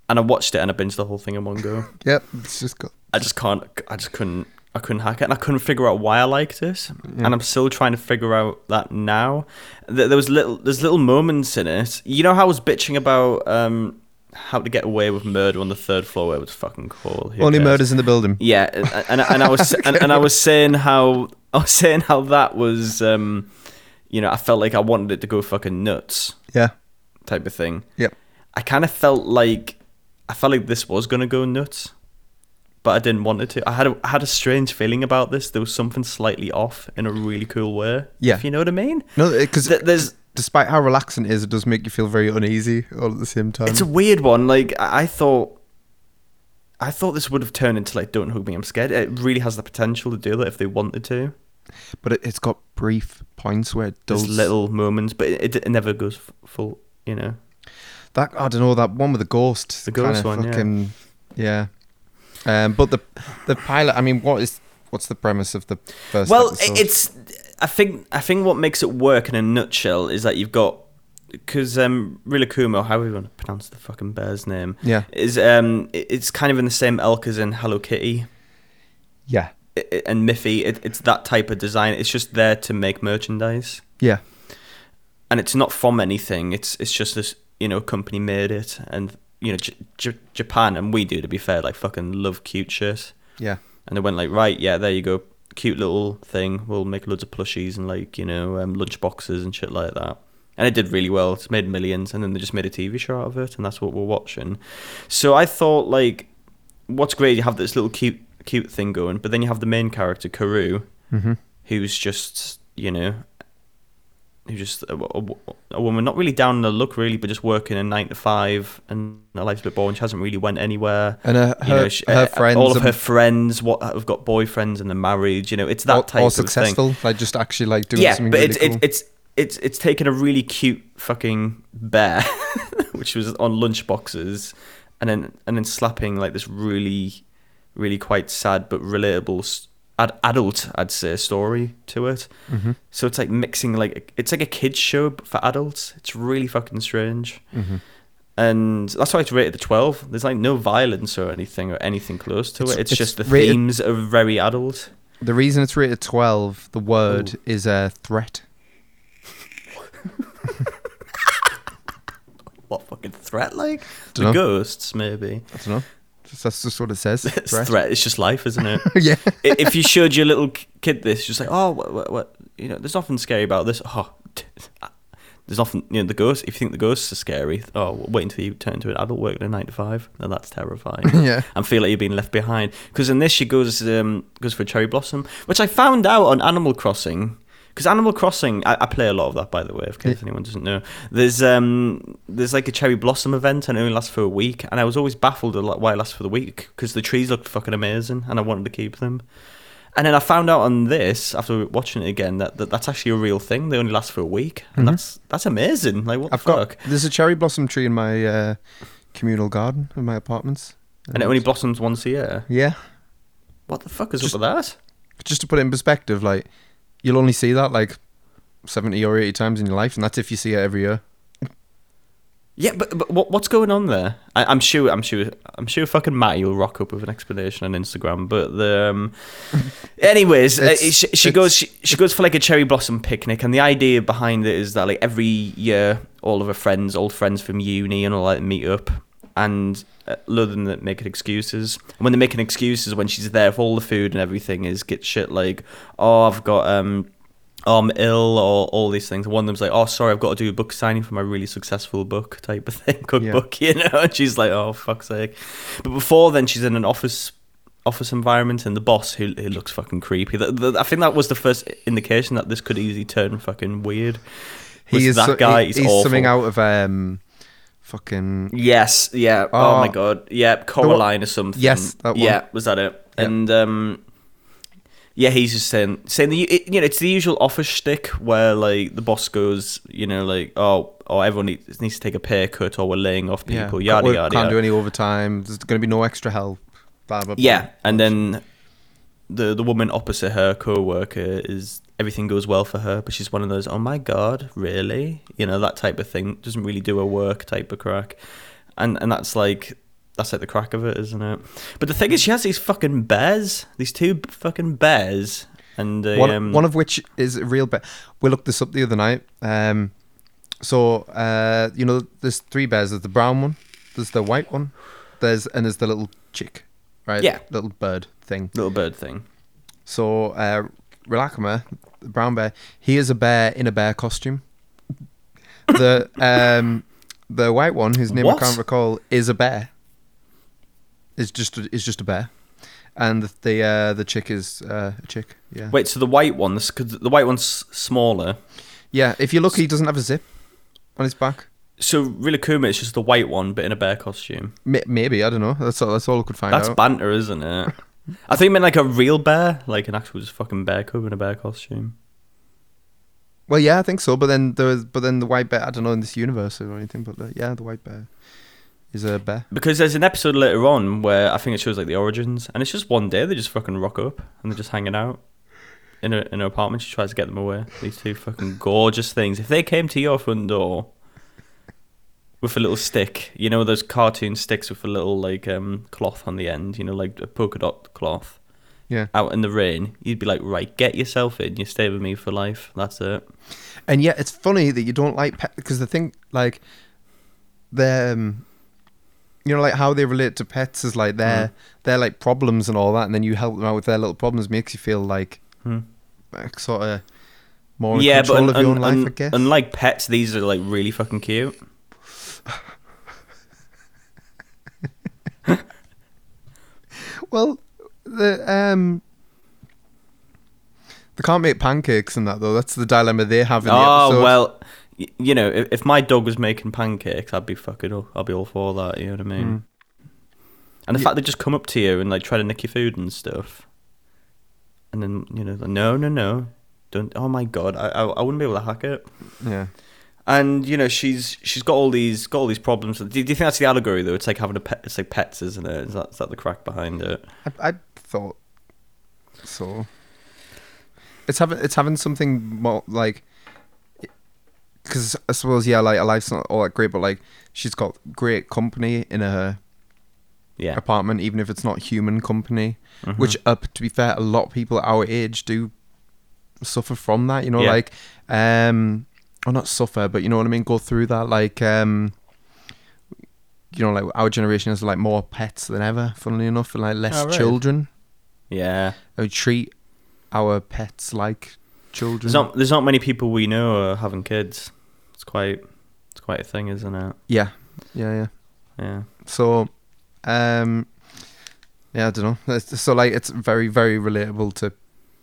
S1: And I watched it and I binged the whole thing in one go.
S2: Yep. It's just got.
S1: I just can't. I just couldn't. I couldn't hack it, and I couldn't figure out why I liked it. And I'm still trying to figure out that now. Th- There was little. There's little moments in it. You know how I was bitching about um, how to get away with murder on the third floor. Where it was fucking cool. Who
S2: Only
S1: cares?
S2: murders in the building.
S1: Yeah, and, and, and I was and, and I was saying how I was saying how that was. Um, you know, I felt like I wanted it to go fucking nuts
S2: Yeah.
S1: type of thing.
S2: Yep.
S1: I kind of felt like I felt like this was gonna go nuts, but I didn't want it to. I had a, I had a strange feeling about this. There was something slightly off in a really cool way.
S2: Yeah.
S1: if you know what I mean.
S2: No, because
S1: Th- there's
S2: despite how relaxing it is, it does make you feel very uneasy all at the same time.
S1: it's a weird one. Like I I thought. I thought this would have turned into like "Don't hug me, I'm scared." It really has the potential to do that if they wanted to.
S2: but it, it's got brief points where it does
S1: Those little moments, but it, it never goes f- full. You know,
S2: That I don't know that one with the ghost.
S1: The ghost
S2: kinda
S1: one, yeah.
S2: fucking, yeah. Um, but the the pilot. I mean, what is what's the premise of the first?
S1: well
S2: episode?
S1: it's i think i think what makes it work in a nutshell is that you've got because um rilakumo however you want to pronounce the fucking bear's name
S2: yeah,
S1: is um i- it's kind of in the same ilk as in hello kitty
S2: yeah,
S1: i- i- and miffy it, it's that type of design it's just there to make merchandise
S2: yeah,
S1: and it's not from anything it's it's just this you know company made it and you know J- J- japan and we do to be fair like fucking love cute shit
S2: yeah.
S1: and they went like, right, yeah, there you go, cute little thing. We'll make loads of plushies and like you know um, lunch boxes and shit like that. And it did really well. It's made millions, and then they just made a TV show out of it, and that's what we're watching. So I thought like, what's great? You have this little cute cute thing going, but then you have the main character Karu,
S2: Mm-hmm.
S1: who's just you know, who just a, a, a woman not really down in the look really, but just working a nine to five and her life's a bit boring. She hasn't really went anywhere.
S2: And her,
S1: You
S2: her,
S1: know, she-
S2: her
S1: uh,
S2: friends
S1: all of her
S2: are
S1: friends, what have got boyfriends and the marriage. You know, it's that
S2: all,
S1: type
S2: all
S1: of thing
S2: successful, like just actually like doing something
S1: but
S2: really
S1: it's,
S2: cool.
S1: it's it's it's it's taken a really cute fucking bear, which was on lunchboxes, and then and then slapping like this really, really quite sad but relatable s- ad- adult I'd say story to it.
S2: Mhm.
S1: So it's like mixing like it's like a kids show but for adults. It's really fucking strange.
S2: Mhm.
S1: And that's why it's rated the twelve. There's like no violence or anything or anything close to
S2: It's-
S1: it. It's,
S2: it's
S1: just the
S2: rated-
S1: themes are very adult.
S2: The reason it's rated 12, the word
S1: Ooh.
S2: is a threat.
S1: What fucking threat like? The
S2: Dunno.
S1: ghosts maybe.
S2: I don't know. Just, that's just what it says.
S1: It's threat. It's just life, isn't it?
S2: yeah.
S1: I- if you showed your little k- kid this, just like, oh, what, what, what, you know, there's nothing scary about this. Oh, t- there's nothing, you know, the ghosts. If you think the ghosts are scary, oh, w- wait until you turn into an adult working a nine to five. Now that's terrifying.
S2: yeah.
S1: And feel like you're being left behind. Because in this, she goes um, goes for a cherry blossom, which I found out on Animal Crossing. Because Animal Crossing, I, I play a lot of that, by the way, if, if anyone doesn't know. There's um, there's like a cherry blossom event, and it only lasts for a week. And I was always baffled at like, why it lasts for the week because the trees looked fucking amazing, and I wanted to keep them. And then I found out on this after watching it again that, that that's actually a real thing. They only last for a week, and
S2: Mhm.
S1: that's that's amazing. Like what
S2: I've
S1: the fuck?
S2: got. There's a cherry blossom tree in my uh, communal garden in my apartments.
S1: and it only blossoms once a year.
S2: Yeah.
S1: What the fuck is
S2: Just-
S1: up with that?
S2: Just to put it in perspective, like, you'll only see that like 70 or 80 times in your life, and that's if you see it every year.
S1: Yeah, but, but what, what's going on there? I, I'm sure, I'm sure, I'm sure. Fucking Matt, you'll rock up with an explanation on Instagram. But the, um, anyways, uh,
S2: It's-
S1: she, she
S2: it's-
S1: goes, she, she goes for like a cherry blossom picnic, and the idea behind it is that like every year, all of her friends, old friends from uni, and all that meet up, and uh, love them that making excuses. And when they're making excuses, when she's there for all the food and everything, is get shit like, oh, I've got um. Oh, I'm ill, or all these things. One of them's like, "Oh, sorry, I've got to do a book signing for my really successful book type of thing, cookbook," you know. And she's like, "Oh, fuck's sake!" But before then, she's in an office office environment, and the boss who, who looks fucking creepy. The, the, I think that was the first indication that this could easily turn fucking weird. Was that
S2: so-
S1: guy.
S2: he-
S1: he's
S2: he's
S1: awful.
S2: something out of um, fucking
S1: Yes, yeah. Oh,
S2: Oh.
S1: my god. Yeah, Coraline or something.
S2: Yes, that one.
S1: Yeah, was that it?
S2: Yeah.
S1: And um yeah, he's just saying saying the it, you know, it's the usual office shtick where like the boss goes, you know, like, oh, oh everyone needs, needs to take a pay cut or we're laying off people,
S2: can't,
S1: yada
S2: work-
S1: yada.
S2: Can't
S1: yada.
S2: do any overtime. There's going to be no extra help. Blah blah. blah.
S1: Yeah, and then the the woman opposite her co-worker is everything goes well for her, but she's one of those oh my god, really? You know that type of thing doesn't really do her work type of crack, and and that's like that's like the crack of it, isn't it? But the thing is, she has these fucking bears, these two b- fucking bears, and they,
S2: one,
S1: um,
S2: one of which is a real bear. We looked this up the other night. Um, so uh, you know, there's three bears. There's the brown one. There's the white one. There's and there's the little chick, right?
S1: Yeah.
S2: Little bird thing.
S1: little bird thing.
S2: So uh, Rilakama, the brown bear, he is a bear in a bear costume. The um, the white one, whose name
S1: What?
S2: I can't recall, is a bear. Is just a, is just a bear, and the the, uh, the chick is uh, a chick. Yeah.
S1: Wait, so the white one, this cause the white one's smaller.
S2: Yeah, if you look, he doesn't have a zip on his back.
S1: So Rilakkuma is just the white one, but in a bear costume.
S2: May maybe I don't know. That's all. That's all I could find
S1: That's
S2: out.
S1: banter, isn't it? I think it meant like a real bear, like an actual just fucking bear covered in a bear costume.
S2: Well, yeah, I think so. But then there was, but then the white bear. I don't know in this universe or anything. But uh, yeah, the white bear is a bear.
S1: Because there's an episode later on where I think it shows like the origins, and it's just one day they just fucking rock up and they're just hanging out in a, in her apartment. She tries to get them away. These two fucking gorgeous things. If they came to your front door with a little stick, you know those cartoon sticks with a little like um cloth on the end, you know like a polka dot cloth.
S2: Yeah.
S1: Out in the rain, you'd be like, right, get yourself in. You stay with me for life. That's it.
S2: And yet, it's funny that you don't like pet because the thing, like, the, um, you know, like how they relate to pets is like
S1: Mm.
S2: their their like problems and all that, and then you help them out with their little problems makes you feel like,
S1: Hmm.
S2: like sort of more in
S1: yeah,
S2: control
S1: but
S2: of your
S1: un-
S2: own life,
S1: un-
S2: I guess.
S1: unlike pets, these are like really fucking cute.
S2: Well, the um, They can't make pancakes and that though. That's the dilemma they have in the
S1: oh
S2: episode.
S1: well, y- you know, if, if my dog was making pancakes, I'd be fucking. all- I'd be all for that. You know what I mean?
S2: Mm.
S1: And the
S2: Ye-
S1: fact they just come up to you and like try to nick your food and stuff, and then you know, like, no, no, no, don't. Oh my god, I, I, I wouldn't be able to hack it.
S2: yeah.
S1: And you know, she's she's got all these got all these problems. Do, do you think that's the allegory though? It's like having a pet. It's like pets, isn't it? Is that is that the crack behind it?
S2: I, I thought so. It's having it's having something more like because I suppose yeah, like her life's not all that great, but like she's got great company in her
S1: Yeah. Mm-hmm.
S2: apartment, even if it's not human company. Which up to be fair, a lot of people our age do suffer from that. You know,
S1: Yeah.
S2: like um, or not suffer, but you know what I mean. Go through that, like um. You know, like our generation has like more pets than ever. Funnily enough, and like less
S1: Oh, right.
S2: children.
S1: Yeah.
S2: I would treat our pets like children.
S1: There's not there's not many people we know are having kids. It's quite it's quite a thing, isn't it?
S2: yeah, yeah, yeah.
S1: Yeah.
S2: So, um, yeah, I don't know. So like, it's very, very relatable to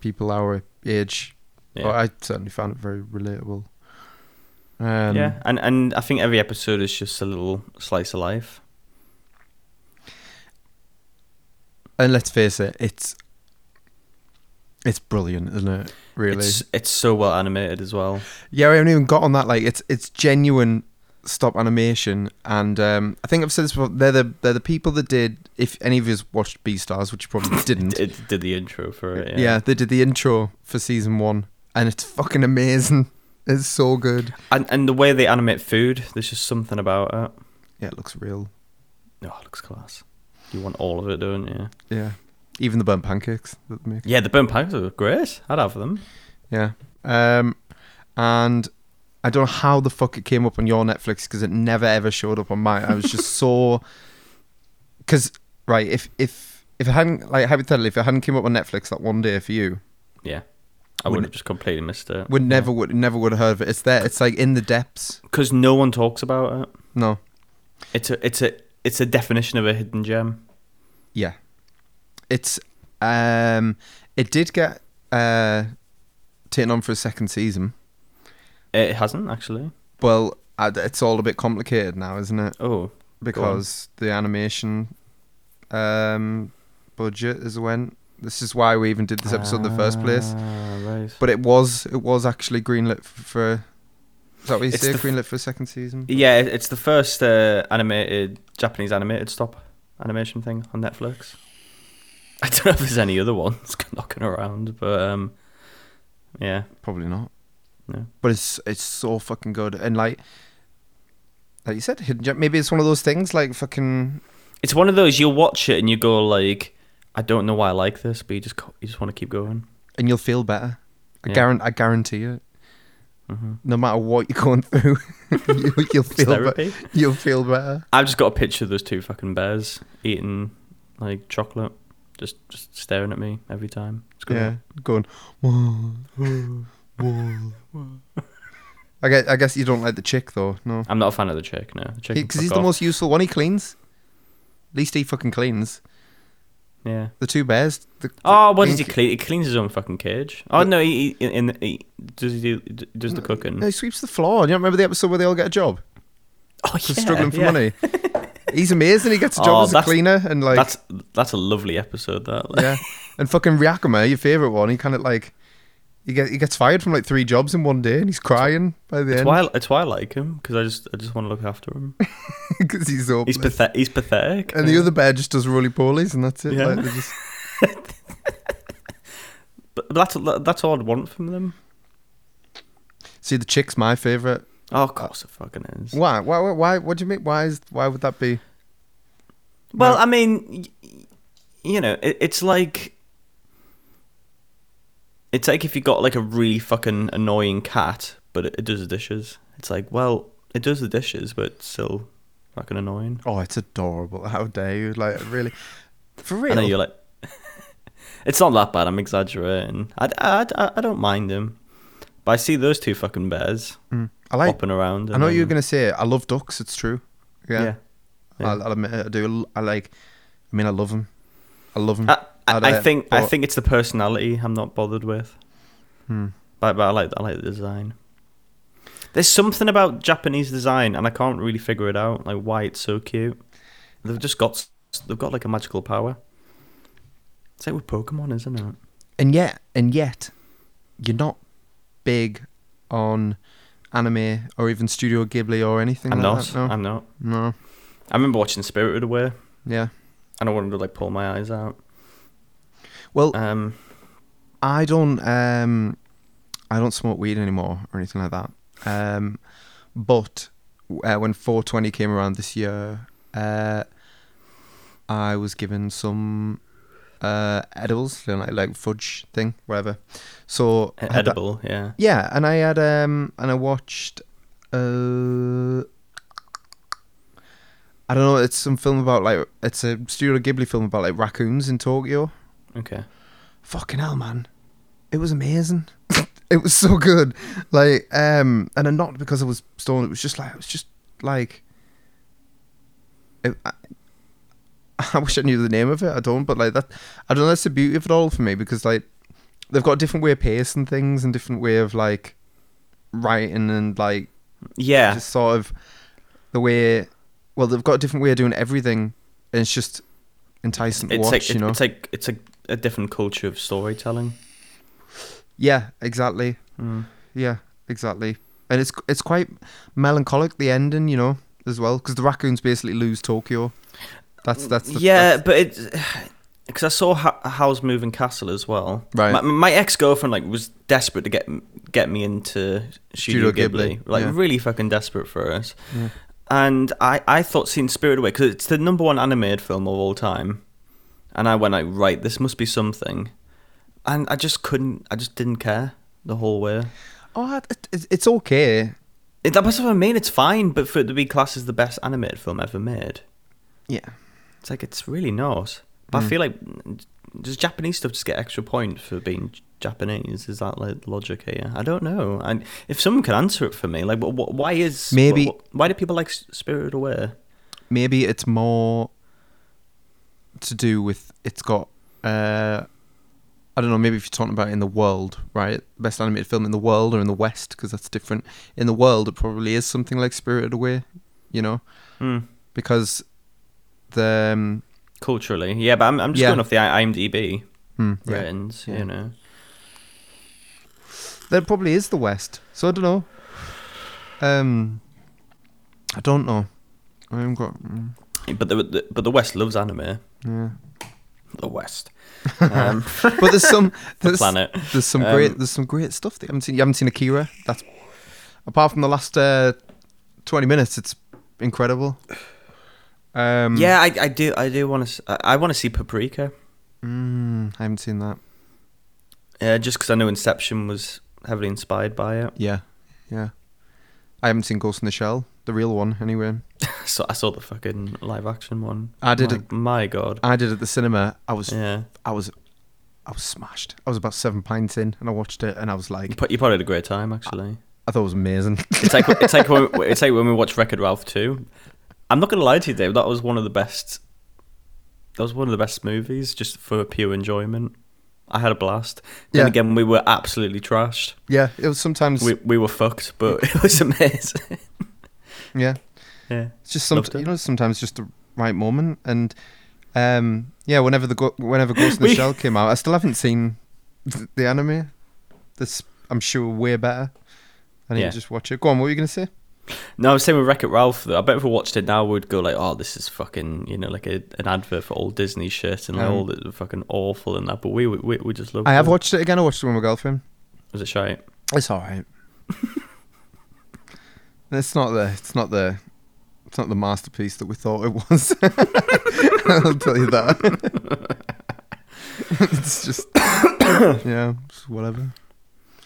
S2: people our age.
S1: Yeah.
S2: Or I certainly found it very relatable. Um,
S1: yeah. And and I think every episode is just a little slice of life.
S2: and let's face it, it's it's brilliant, isn't it? Really.
S1: It's it's so well animated as well.
S2: Yeah, I haven't even got on that. Like, it's it's genuine stop animation, and um, I think I've said this before. They're the they're the people that did. If any of you watched Beastars, which you probably didn't,
S1: It did the intro for it.
S2: yeah.
S1: Yeah.
S2: they did the intro for season one, and it's fucking amazing. It's so good.
S1: And and the way they animate food, there's just something about it.
S2: Yeah, it looks real.
S1: Oh, it looks class. You want all of it, don't you?
S2: Yeah, even the burnt pancakes that they make.
S1: Yeah, the burnt pancakes are great. I'd have them.
S2: Yeah, um, and I don't know how the fuck it came up on your Netflix because it never ever showed up on mine. I was just so because right if if if it hadn't like hypothetically if it hadn't came up on Netflix that one day for you,
S1: Yeah. I would have just completely missed it.
S2: would never would never would have heard of it. It's there. It's like in the depths.
S1: Because no one talks about it.
S2: No,
S1: It's a it's a it's a definition of a hidden gem.
S2: Yeah. It's um it did get uh taken on for a second season.
S1: It hasn't actually.
S2: Well, I- it's all a bit complicated now, isn't it?
S1: Oh,
S2: Because the animation um budget is went. This is why we even did this episode in the first place.
S1: Ah, right.
S2: But it was it was actually greenlit f- for is that what you
S1: It's
S2: say?
S1: the f-
S2: Greenlit for a second season?
S1: Yeah, it- it's the first uh, animated Japanese animated stop animation thing on Netflix. I don't know if there's any other ones knocking around, but um, yeah,
S2: Probably not.
S1: No.
S2: But it's it's so fucking good. And like like you said, hidden gem- maybe it's one of those things like fucking
S1: it's one of those you watch it and you go like, I don't know why I like this, but you just co- you just want to keep going.
S2: and you'll feel better. I
S1: Yeah.
S2: guarantee. I guarantee it.
S1: Mm-hmm.
S2: No matter what you're going through, you, you'll feel be-
S1: therapy.
S2: you'll feel better.
S1: I've just got a picture of those two fucking bears eating like chocolate, just just staring at me every time. It's great.
S2: Yeah, going. Whoa, whoa, whoa. I guess I guess you don't like the chick though, no,
S1: I'm not a fan of the chick. No, the chick. can
S2: because he's
S1: fuck
S2: the
S1: off.
S2: most useful one. He cleans. At least he fucking cleans.
S1: Yeah.
S2: The two bears. The,
S1: Oh, what does he
S2: Inc-
S1: clean? He cleans his own fucking cage. Oh no, he, he, in, he does he do d- does the cooking?
S2: no, he sweeps the floor. Do you remember the episode where they all get a job?
S1: oh, yeah,
S2: For struggling for
S1: yeah.
S2: money. He's amazing. He gets a job
S1: Oh,
S2: as a
S1: that's-
S2: cleaner and like
S1: that's that's a lovely episode. That like,
S2: yeah. And fucking Ryakama, your favorite one, he kind of like he get he gets fired from like three jobs in one day, and he's crying by the
S1: it's
S2: end
S1: why I- it's why I like him because I just I just want to look after him.
S2: because he's up.
S1: He's pathetic. He's pathetic.
S2: and the other bear just does roly polies, and that's it.
S1: Yeah.
S2: Like, they're just,
S1: but but that's that's all I'd want from them.
S2: see, the chick's my favorite.
S1: Oh, of course it fucking is.
S2: Why? Why? Why? why what do you mean? Why is? Why would that be?
S1: Well,
S2: Right.
S1: I mean, y- you know, it, it's like it's like if you got like a really fucking annoying cat, but it, it does the dishes. It's like, well, it does the dishes, but it's still fucking annoying.
S2: Oh, it's adorable. How dare you? Like really, for
S1: And then
S2: real.
S1: you're like, it's not that bad. I'm exaggerating. I, I, I, I don't mind him, but I see those two fucking bears
S2: Mm. I like.
S1: bopping around.
S2: I know
S1: and
S2: you're
S1: then-
S2: gonna say it. I love ducks. It's true. Yeah.
S1: yeah. yeah.
S2: I'll, I'll admit it. I do. I like. I mean, I love them. I love them.
S1: I, I,
S2: I'd,
S1: I
S2: uh,
S1: think I
S2: but-
S1: think it's the personality I'm not bothered with.
S2: Hmm.
S1: But, but I like I like the design. There's something about Japanese design, and I can't really figure it out. Like why it's so cute. They've just got s- they've got like a magical power. It's like with Pokemon, isn't it?
S2: And yet, and yet, you're not big on anime or even Studio Ghibli or anything
S1: I'm
S2: like
S1: not.
S2: that. No,
S1: I'm not.
S2: no,
S1: I remember watching Spirited Away,
S2: yeah.
S1: and I wanted to like pull my eyes out.
S2: Well,
S1: Um,
S2: I don't um I don't smoke weed anymore or anything like that. Um but uh, when 420 came around this year, uh I was given some uh edibles, you know, like like fudge thing, whatever. So I had that-
S1: E- edible, yeah.
S2: yeah, and I had um and I watched uh I don't know, it's some film about like it's a Studio Ghibli film about like raccoons in Tokyo
S1: Okay.
S2: fucking hell, man, it was amazing. it was so good. Like, um, and then not because I was stoned. It was just like it was just like. It, I, I wish I knew the name of it. I don't, but like that, I don't know. That's the beauty of it all for me because like they've got a different way of pace and things, and different way of like writing and like
S1: Yeah.
S2: just sort of the way. Well, they've got a different way of doing everything, and it's just enticing to
S1: it's
S2: watch.
S1: like
S2: you know,
S1: it's like it's a, a different culture of storytelling.
S2: yeah, exactly.
S1: Mm.
S2: Yeah, exactly. And it's it's quite melancholic the ending, you know, as well, because the raccoons basically lose Tokyo. That's that's the,
S1: yeah,
S2: that's-
S1: but it's because I saw Ho- Howl's Moving Castle as well.
S2: Right.
S1: My, my ex girlfriend like was desperate to get get me into Studio,
S2: Studio
S1: Ghibli,
S2: Ghibli,
S1: like
S2: yeah.
S1: really fucking desperate for us.
S2: Yeah.
S1: And I I thought seeing Spirit Away because it's the number one animated film of all time, and I went like right, this must be something, and I just couldn't, I just didn't care the whole way.
S2: oh, it- it- it's okay.
S1: It, that's what I mean. It's fine, but for it to be classed as the best animated film ever made,
S2: Yeah,
S1: it's like it's really not. But
S2: Hmm.
S1: I feel like does Japanese stuff just get extra point for being J- Japanese? Is that like the logic here? I don't know. And if someone can answer it for me, like, what, why is
S2: Maybe-
S1: wh- wh- why do people like S- Spirited Away?
S2: maybe it's more to do with it's got. Uh, I don't know. Maybe if you're talking about it in the world, right? Best animated film in the world or in the West, because that's different. In the world, it probably is something like Spirited Away, you know,
S1: Hmm.
S2: because the um,
S1: Culturally, yeah, but I'm, I'm just
S2: Yeah.
S1: going off the I- IMDb
S2: hmm, yeah.
S1: ratings,
S2: Yeah.
S1: you know.
S2: There probably is the West. So I don't know. Um, I don't know. I haven't got. mm,
S1: But the, the but the West loves anime.
S2: Yeah.
S1: The West, um,
S2: But there's some.
S1: the
S2: There's,
S1: planet.
S2: there's some
S1: Um,
S2: great. There's some great stuff that you haven't seen. You haven't seen Akira. That's apart from the last uh, twenty minutes. It's incredible. Um,
S1: Yeah, I, I do I do want to I want to see Paprika.
S2: mm, I haven't seen that.
S1: Yeah, just because I know Inception was heavily inspired by it.
S2: Yeah. Yeah. I haven't seen Ghost in the Shell, the real one, anyway.
S1: So I saw the fucking live action one.
S2: I did
S1: My,
S2: it-
S1: my god.
S2: I did at the cinema. I was.
S1: yeah.
S2: I was. I was smashed. I was about seven pints in, and I watched it, and I was like,
S1: You pro- you probably had a great time actually.
S2: I thought it was amazing.
S1: It's like it's like when, it's like when we watched Record Ralph 2. I'm not gonna lie to you, Dave. That was one of the best. That was one of the best movies, just for pure enjoyment. I had a blast. Then
S2: Yeah.
S1: again, we were absolutely trashed.
S2: yeah, it was sometimes.
S1: We we were fucked, but it was amazing.
S2: yeah,
S1: yeah.
S2: it's just some,
S1: Loved it.
S2: you know sometimes just the right moment and um yeah whenever the go- whenever Ghost in the
S1: We-
S2: Shell came out, I still haven't seen th- the anime. This I'm sure way better. I need
S1: Yeah.
S2: to just watch it. Go on, what were you gonna say?
S1: No, I was saying with Wreck It Ralph though. I bet if we watched it now, we'd go like, "Oh, this is fucking," you know, like a, an advert for old Disney shit and like,
S2: Um,
S1: all the fucking awful and that. But we we, we just love.
S2: I have
S1: it.
S2: watched it again. I watched it with my girlfriend.
S1: Was it shite?
S2: It's all right. it's not the it's not the it's not the masterpiece that we thought it was. I'll tell you that. it's just yeah, it's whatever.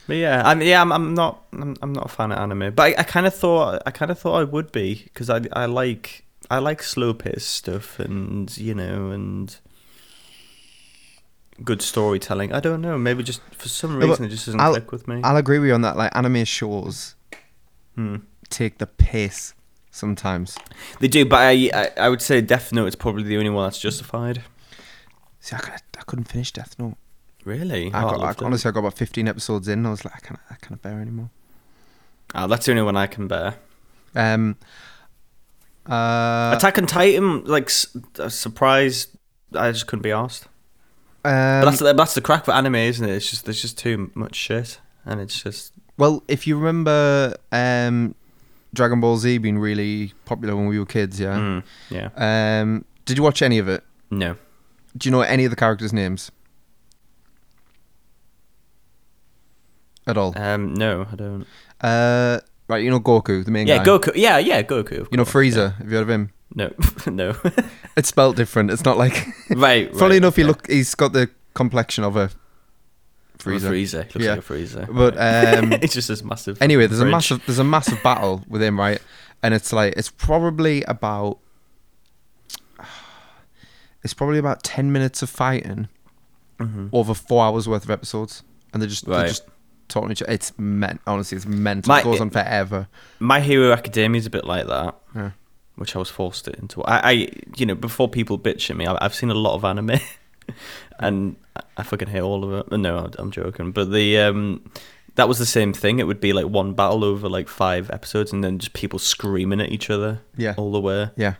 S1: But yeah, I mean, yeah, I'm, I'm not I'm, I'm not a fan of anime, but I, I kind of thought I kind of thought I would be because I I like I like slow paced stuff and you know and good storytelling. I don't know, maybe just for some
S2: but
S1: reason it just doesn't
S2: I'll-
S1: click with me.
S2: I'll agree with you on that. Like anime shows
S1: hmm.
S2: take the piss sometimes.
S1: They do, but I, I I would say Death Note is probably the only one that's justified.
S2: See, I, could, I couldn't finish Death Note.
S1: Really?
S2: I
S1: Oh, I
S2: got,
S1: loved
S2: I,
S1: it.
S2: honestly, I got about 15 episodes in. And I was like, I can't, I can't bear anymore.
S1: Oh, that's the only one I can bear.
S2: Um, uh,
S1: Attack on Titan, like s- a surprise, I just couldn't be asked. But
S2: um,
S1: that's the, that's the crack for anime, isn't it? It's just there's just too much shit, and it's just
S2: well, if you remember, um, Dragon Ball Z being really popular when we were kids, yeah.
S1: mm, yeah.
S2: Um, did you watch any of it?
S1: No,
S2: Do you know any of the characters' names? At all?
S1: um, no, I don't.
S2: Uh, right, you know Goku, the main
S1: Yeah,
S2: guy.
S1: Goku. Yeah, yeah, Goku. of
S2: You know
S1: course,
S2: Frieza.
S1: yeah.
S2: Have you heard of him?
S1: No, no.
S2: It's spelt different. It's not like.
S1: right.
S2: Funnily
S1: right,
S2: enough, he
S1: yeah.
S2: look. He's got the complexion of a
S1: Freezer.
S2: freezer.
S1: Freezer. Looks
S2: Yeah.
S1: like a freezer.
S2: But, um,
S1: it's just this massive.
S2: Anyway, there's
S1: fridge.
S2: a massive there's a massive battle with him, right? And it's like it's probably about it's probably about ten minutes of fighting over four hours worth of episodes, and they're just they're
S1: Mm-hmm. Right.
S2: just talking to each other. It's meant honestly, it's mental.
S1: My-
S2: it goes on forever.
S1: My Hero Academia is a bit like that,
S2: Yeah.
S1: which I was forced into. I, I, you know, before people bitch at me, I, I've seen a lot of anime, and I- I fucking hate all of it. No, I'm joking. But the um, that was the same thing. It would be like one battle over like five episodes, and then just people screaming at each other,
S2: Yeah.
S1: all the way.
S2: Yeah,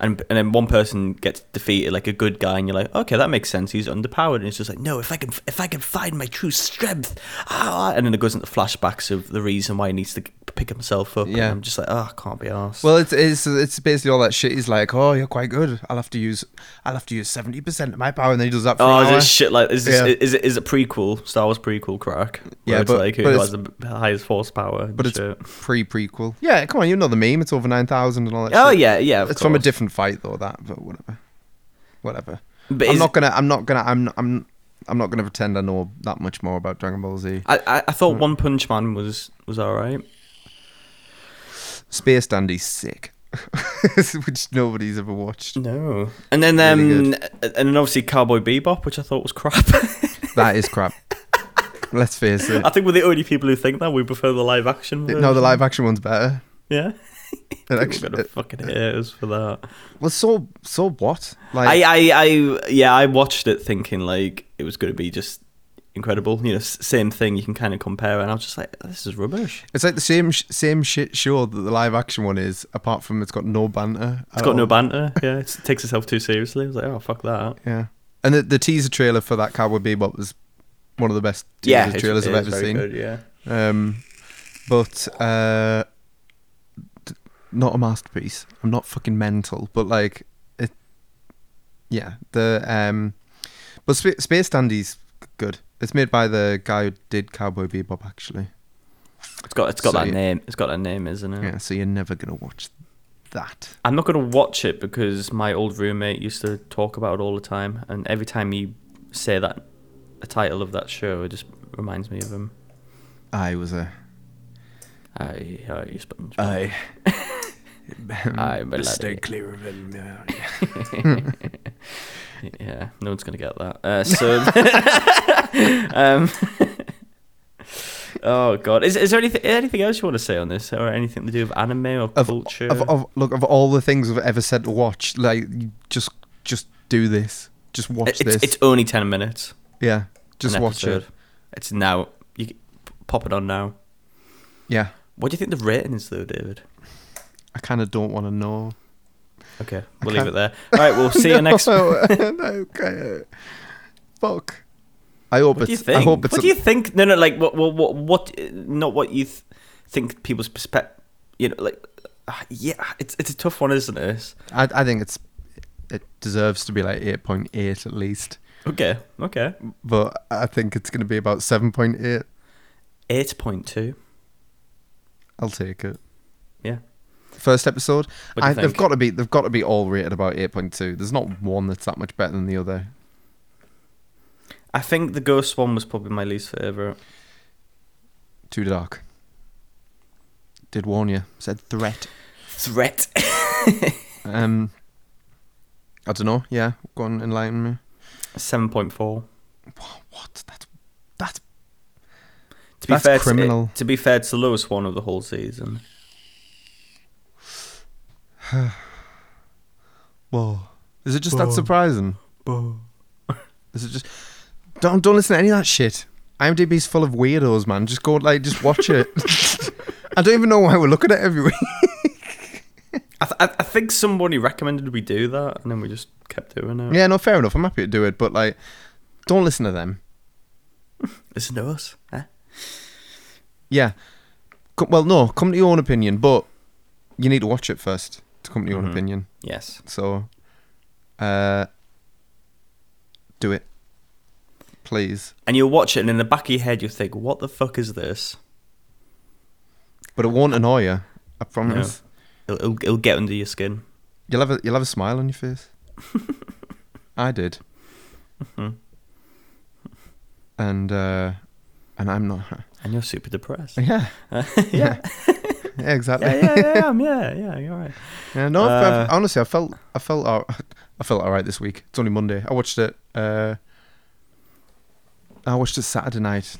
S1: And, and then one person gets defeated, like a good guy, and you're like, okay, that makes sense. He's underpowered, and it's just like, no, if I can, if I can find my true strength, ah, and then it goes into flashbacks of the reason why he needs to pick himself up.
S2: Yeah.
S1: and I'm just like, oh, I can't be asked.
S2: well, it's it's it's basically all that shit. He's like, oh, you're quite good. I'll have to use I'll have to use seventy percent of my power, and then he does that. For
S1: oh,
S2: an
S1: is
S2: hour.
S1: it shit like is this,
S2: Yeah.
S1: is it is it prequel Star Wars prequel crack? Where
S2: Yeah,
S1: it's
S2: but-
S1: like who
S2: but
S1: has
S2: it's-
S1: the highest force power? and
S2: But it's
S1: shit.
S2: pre prequel. Yeah, come on, you know the meme. It's over nine thousand and all that.
S1: oh
S2: shit.
S1: yeah, yeah. of
S2: it's from a
S1: course.
S2: different fight though. That, but whatever, whatever.
S1: But
S2: I'm
S1: is-
S2: not gonna. I'm not gonna. I'm. I'm. I'm not gonna pretend I know that much more about Dragon Ball Z.
S1: I, I I
S2: Hmm.
S1: thought One Punch Man was was all right.
S2: Space Dandy's sick, which nobody's ever watched.
S1: No, and then um,
S2: Really
S1: and then obviously Cowboy Bebop, which I thought was crap.
S2: That is crap. Let's face it.
S1: I think we're the only people who think that. We prefer the live action. Version.
S2: No, the live action one's better.
S1: Yeah,
S2: It
S1: we're
S2: actually,
S1: gonna
S2: it,
S1: fucking hate us for that.
S2: well, so so what?
S1: I, uh,
S2: Like,
S1: I, I, yeah, I watched it thinking like it was going to be just incredible. You know, s- same thing. You can kind of compare, and I was just like, this is rubbish.
S2: it's like the same sh- same shit show that the live action one is. Apart from it's got no banter.
S1: It's got no banter. Yeah, it's, it takes itself too seriously. I was like, oh fuck that.
S2: Yeah, and the, the teaser trailer for that Cowboy Bebop was one of the best teaser
S1: yeah, it's-
S2: trailers
S1: it
S2: I've
S1: is
S2: ever
S1: very
S2: seen.
S1: good, yeah,
S2: Um, but uh, d- not a masterpiece. I'm not fucking mental, but like it. Yeah, the um, but Sp- Space Dandy's good. It's made by the guy who did Cowboy Bebop, actually.
S1: it's got it's got
S2: So,
S1: that
S2: yeah.
S1: name. It's got that name, isn't it?
S2: Yeah, so you're never gonna watch that.
S1: I'm not going to watch it because my old roommate used to talk about it all the time, and every time you say that the title of that show, it just reminds me of him.
S2: I was a
S1: I, I sponge.
S2: I.
S1: I will stay
S2: clear of him.
S1: yeah, no one's going to get that. Uh, so, um, oh god, is is there anything anything else you want to say on this, or anything to do with anime or
S2: of,
S1: culture?
S2: of, of look of all the things I've ever said to watch, like you just just do this, just watch
S1: it's,
S2: this,
S1: it's only ten minutes.
S2: yeah, just
S1: an
S2: watch it,
S1: episode. It's now. You c- p- pop it on now.
S2: yeah.
S1: What do you think the rating is, though, David?
S2: I kind of don't want to know.
S1: Okay, we'll leave it there. All right, we'll see you next. What
S2: No, no, okay. Fuck. I hope
S1: do you
S2: it's.
S1: think?
S2: I hope it's.
S1: what do you think? No, no, like what, what, what, what not what you th- think people's perspective. You know, like, ah, yeah, it's it's a tough one, isn't it?
S2: I, I think it's. It deserves to be like eight point eight at least,
S1: Okay, okay,
S2: but I think it's going to be about seven point eight.
S1: eight point two.
S2: I'll take it.
S1: Yeah,
S2: First episode.
S1: What do you
S2: I, they've
S1: think?
S2: got to be. They've got to be all rated about eight point two. There's not one that's that much better than the other.
S1: I think the ghost one was probably my least favorite.
S2: Too dark. Did warn you. Said threat.
S1: Threat.
S2: Um. I don't know. Yeah, go on, enlighten me.
S1: Seven point four.
S2: What? That's that's
S1: To be
S2: That's
S1: fair, To,
S2: criminal.
S1: it, to be fair, it's the lowest one of the whole season.
S2: whoa. Is it just that surprising? Is it just Don't don't listen to any of that shit. IMDb's full of weirdos, man. Just go like just watch it. I don't even know why we're looking at it every week.
S1: I, th- I I think somebody recommended we do that, and then we just kept doing it.
S2: yeah, no, fair enough. I'm happy to do it, but like, don't listen to them.
S1: Listen to us. Eh?
S2: Yeah. Co- well, no, come to your own opinion, but you need to watch it first to come to your own
S1: Mhm.
S2: opinion.
S1: Yes.
S2: So, uh, do it, please.
S1: And you'll watch it, and in the back of your head, you'll think, "What the fuck is this?"
S2: But it won't annoy you. I promise.
S1: It'll, it'll, it'll get under your skin.
S2: You'll have a you'll have a smile on your face. I did.
S1: Mm-hmm.
S2: And uh, and I'm not.
S1: And you're super depressed.
S2: Yeah.
S1: yeah.
S2: Yeah.
S1: yeah,
S2: Yeah, exactly.
S1: yeah, yeah, yeah, I'm- yeah, yeah, you're right.
S2: Yeah, no, I've- I've-
S1: Uh,
S2: honestly, I felt I felt all, I felt all right this week. It's only Monday. I watched it. Uh, I watched it Saturday night.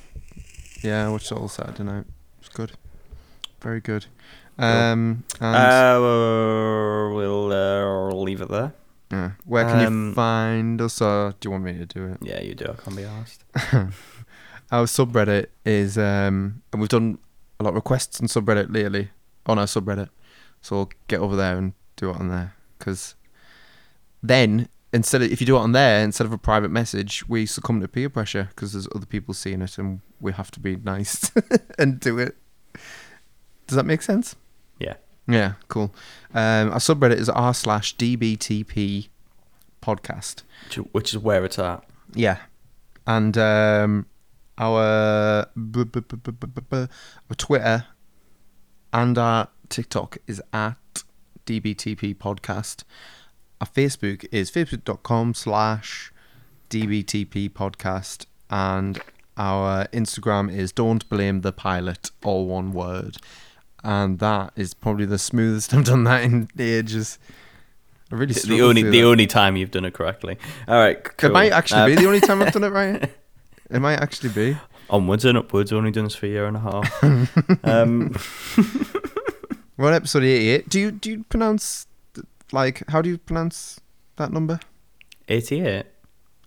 S2: Yeah, I watched it all Saturday night. It's good, very good. Um, and,
S1: Uh, we'll uh, leave it there.
S2: yeah. where can
S1: um,
S2: you find us? Or do you want me to do it?
S1: Yeah, you do. I can't be asked.
S2: Our subreddit is, um, and we've done a lot of requests on subreddit lately on our subreddit. So we'll get over there and do it on there because then instead of if you do it on there instead of a private message, we succumb to peer pressure because there's other people seeing it and we have to be nice and do it. Does that make sense?
S1: Yeah.
S2: Yeah, cool. Um, our subreddit is r slash dbtp podcast.
S1: Which- Which is where it's at.
S2: Yeah, and um, our b- b- b- b- b- b- b- our Twitter and our TikTok is at DBTP Podcast. Our Facebook is facebook.com slash DBTP Podcast, and our Instagram is Don't Blame the Pilot, all one word. And that is probably the smoothest I've done that in ages. I really
S1: the
S2: struggled
S1: only
S2: through
S1: the
S2: that.
S1: only time you've done it correctly. All right, cool.
S2: It might actually
S1: Uh,
S2: be the only time I've done it right. It might actually be.
S1: onwards and upwards. Only done this for a year and a half. um,
S2: We're on episode eighty-eight. Do you do you pronounce th- like how do you pronounce that number?
S1: Eighty-eight.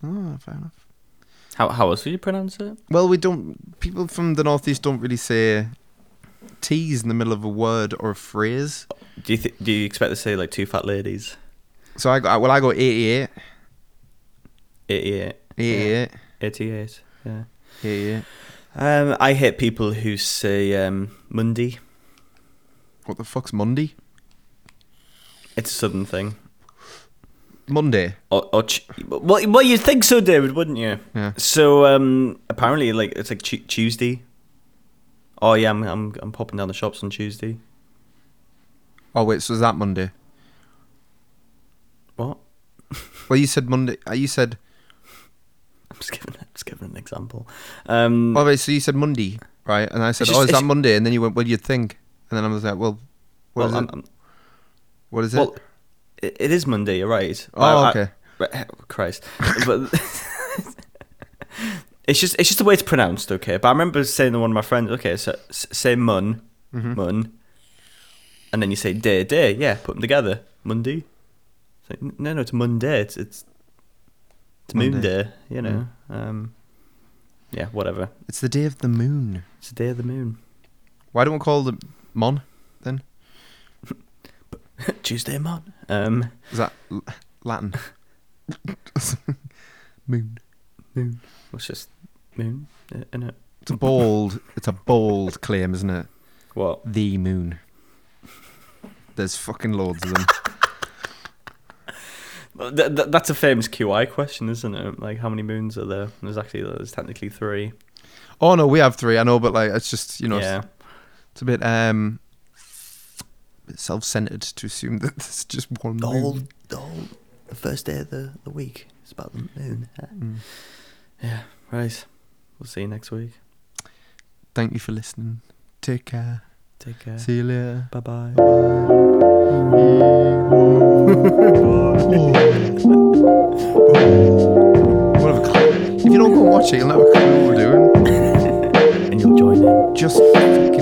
S2: Oh, fair enough.
S1: How how else would you pronounce it?
S2: Well, we don't. People from the northeast don't really say T's in the middle of a word or a phrase.
S1: Do you th- do you expect to say like two fat ladies?
S2: So I go. Well, I go eighty-eight,
S1: Eighty-eight.
S2: eighty-eight,
S1: Eighty-eight. Yeah.
S2: eighty-eight.
S1: Um, I hate people who say um, Monday.
S2: What the fuck's Monday?
S1: It's a southern thing.
S2: Monday.
S1: Or, or ch- well, well, you'd think so, David, wouldn't you?
S2: Yeah.
S1: So um, apparently, like it's like Tu Tuesday. Oh yeah, I'm, I'm I'm popping down the shops on Tuesday.
S2: Oh wait, so is that Monday?
S1: What?
S2: Well, you said Monday. uh, You said.
S1: I'm just giving I'm just giving an example. Um,
S2: Oh wait, so you said Monday, right? And I said,
S1: It's just-
S2: oh, is
S1: it's-
S2: that Monday? And then you went, well, you'd think. And then I was like, well, what
S1: well,
S2: is
S1: I'm-
S2: it?
S1: I'm-
S2: What is it?
S1: well, it- it is Monday. You're right.
S2: Oh,
S1: I- I-
S2: okay.
S1: right, Christ, but it's just it's just the way it's pronounced. Okay, but I remember saying to one of my friends, okay, so s- say mun,
S2: Mm-hmm.
S1: mun, and then you say day, day. Yeah, put them together. Monday. It's like, "N- no, no, it's Monday. It's it's, it's moon
S2: Monday. Mm-hmm.
S1: day. You know. Um, yeah, whatever.
S2: It's the day of the moon.
S1: It's the day of the moon.
S2: Why don't we call the Mon then?
S1: Tuesday, mon. Um.
S2: Is that l- Latin? moon.
S1: Moon. It's just moon, in it.
S2: It's a bold. It's a bold claim, isn't it?
S1: What?
S2: The moon. There's fucking loads of them.
S1: Th- th- that's a famous QI question, isn't it? Like, how many moons are there? There's actually there's technically three.
S2: Oh no, we have three. I know, but like it's just you know it's-
S1: yeah,
S2: it's, a bit um bit self-centered to assume that there's just one
S4: The
S2: moon.
S4: whole, the whole, the first day of the, the week is about the moon. eh?
S2: Mm.
S1: yeah. Right. We'll see you next week.
S2: Thank you for listening. Take care.
S1: Take care.
S2: See you later.
S1: Bye bye.
S2: We'll have a clue. If you don't go and watch it, you'll never clue what we're doing.
S1: And you'll join in.
S2: Just